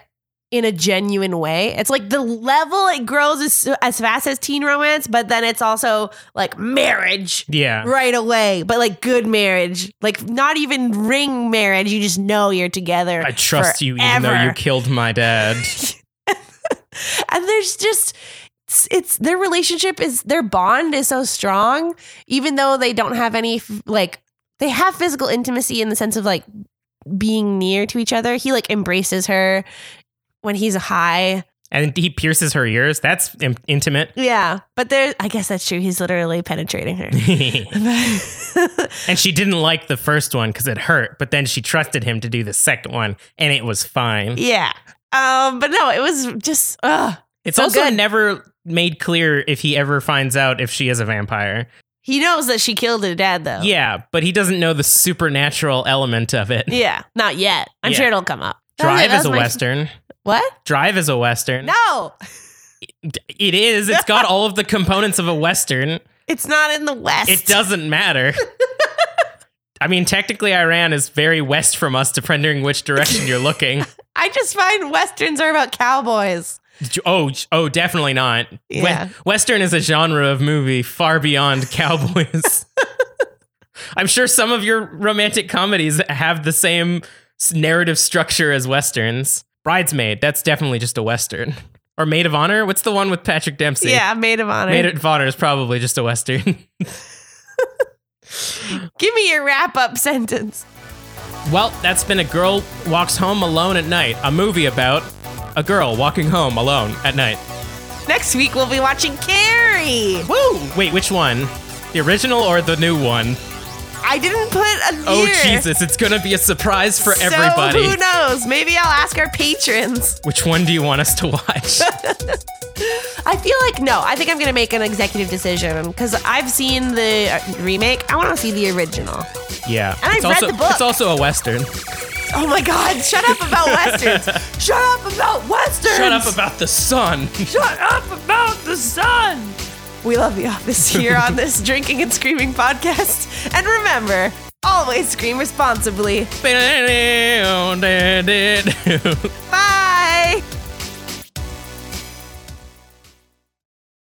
[SPEAKER 1] in a genuine way. It's like the level it grows as, as fast as teen romance, but then it's also like marriage
[SPEAKER 2] Yeah,
[SPEAKER 1] right away, but like good marriage, like not even ring marriage. You just know you're together.
[SPEAKER 2] I trust you, even though
[SPEAKER 1] forever.
[SPEAKER 2] you killed my dad.
[SPEAKER 1] and there's just it's, it's their relationship is their bond is so strong even though they don't have any f- like they have physical intimacy in the sense of like being near to each other he like embraces her when he's high
[SPEAKER 2] and he pierces her ears. That's in- intimate.
[SPEAKER 1] yeah but there i guess that's true he's literally penetrating her
[SPEAKER 2] and
[SPEAKER 1] But-
[SPEAKER 2] she didn't like the first one because it hurt, but then she trusted him to do the second one, and it was fine.
[SPEAKER 1] yeah um but no it was just ugh.
[SPEAKER 2] It's
[SPEAKER 1] So
[SPEAKER 2] also
[SPEAKER 1] good.
[SPEAKER 2] never made clear if he ever finds out if she is a vampire.
[SPEAKER 1] he knows that she killed her dad though
[SPEAKER 2] Yeah, but he doesn't know the supernatural element of it.
[SPEAKER 1] yeah not yet i'm
[SPEAKER 2] Yeah.
[SPEAKER 1] sure it'll come up That was it.
[SPEAKER 2] Drive
[SPEAKER 1] That
[SPEAKER 2] is a
[SPEAKER 1] was my-
[SPEAKER 2] western.
[SPEAKER 1] what
[SPEAKER 2] Drive is a western.
[SPEAKER 1] no
[SPEAKER 2] It is. It's got all of the components of a western.
[SPEAKER 1] It's not in the West.
[SPEAKER 2] It doesn't matter. I mean, technically, Iran is very west from us, depending which direction you're looking.
[SPEAKER 1] I just find Westerns are about cowboys.
[SPEAKER 2] Oh, oh, definitely not. We-
[SPEAKER 1] Yeah.
[SPEAKER 2] Western is a genre of movie far beyond cowboys. I'm sure some of your romantic comedies have the same s- narrative structure as westerns. Bridesmaid, that's definitely just a western. Or Maid of Honor, what's the one with Patrick Dempsey?
[SPEAKER 1] yeah, Maid of Honor.
[SPEAKER 2] Maid of Honor is probably just a western.
[SPEAKER 1] Give me your wrap up sentence.
[SPEAKER 2] Well, that's been A Girl Walks Home Alone at Night, a movie about a girl walking home alone at night.
[SPEAKER 1] Next week, we'll be watching Carrie.
[SPEAKER 2] Woo! Wait, which one? The original or the new one?
[SPEAKER 1] I didn't put a year.
[SPEAKER 2] Oh, Jesus, it's gonna be a surprise for
[SPEAKER 1] So
[SPEAKER 2] everybody.
[SPEAKER 1] who knows? Maybe I'll ask our patrons.
[SPEAKER 2] which one do you want us to watch?
[SPEAKER 1] I feel like no. I think I'm gonna make an executive decision because I've seen the uh, remake. I want to see the original.
[SPEAKER 2] yeah.
[SPEAKER 1] And I
[SPEAKER 2] it's
[SPEAKER 1] read
[SPEAKER 2] also,
[SPEAKER 1] the book.
[SPEAKER 2] It's also a Western.
[SPEAKER 1] Oh my God! Shut up about westerns. Shut up about westerns.
[SPEAKER 2] Shut up about the sun.
[SPEAKER 1] Shut up about the sun! We love The Office here on this Drinking and Screaming podcast. And remember, always scream responsibly.
[SPEAKER 2] Shut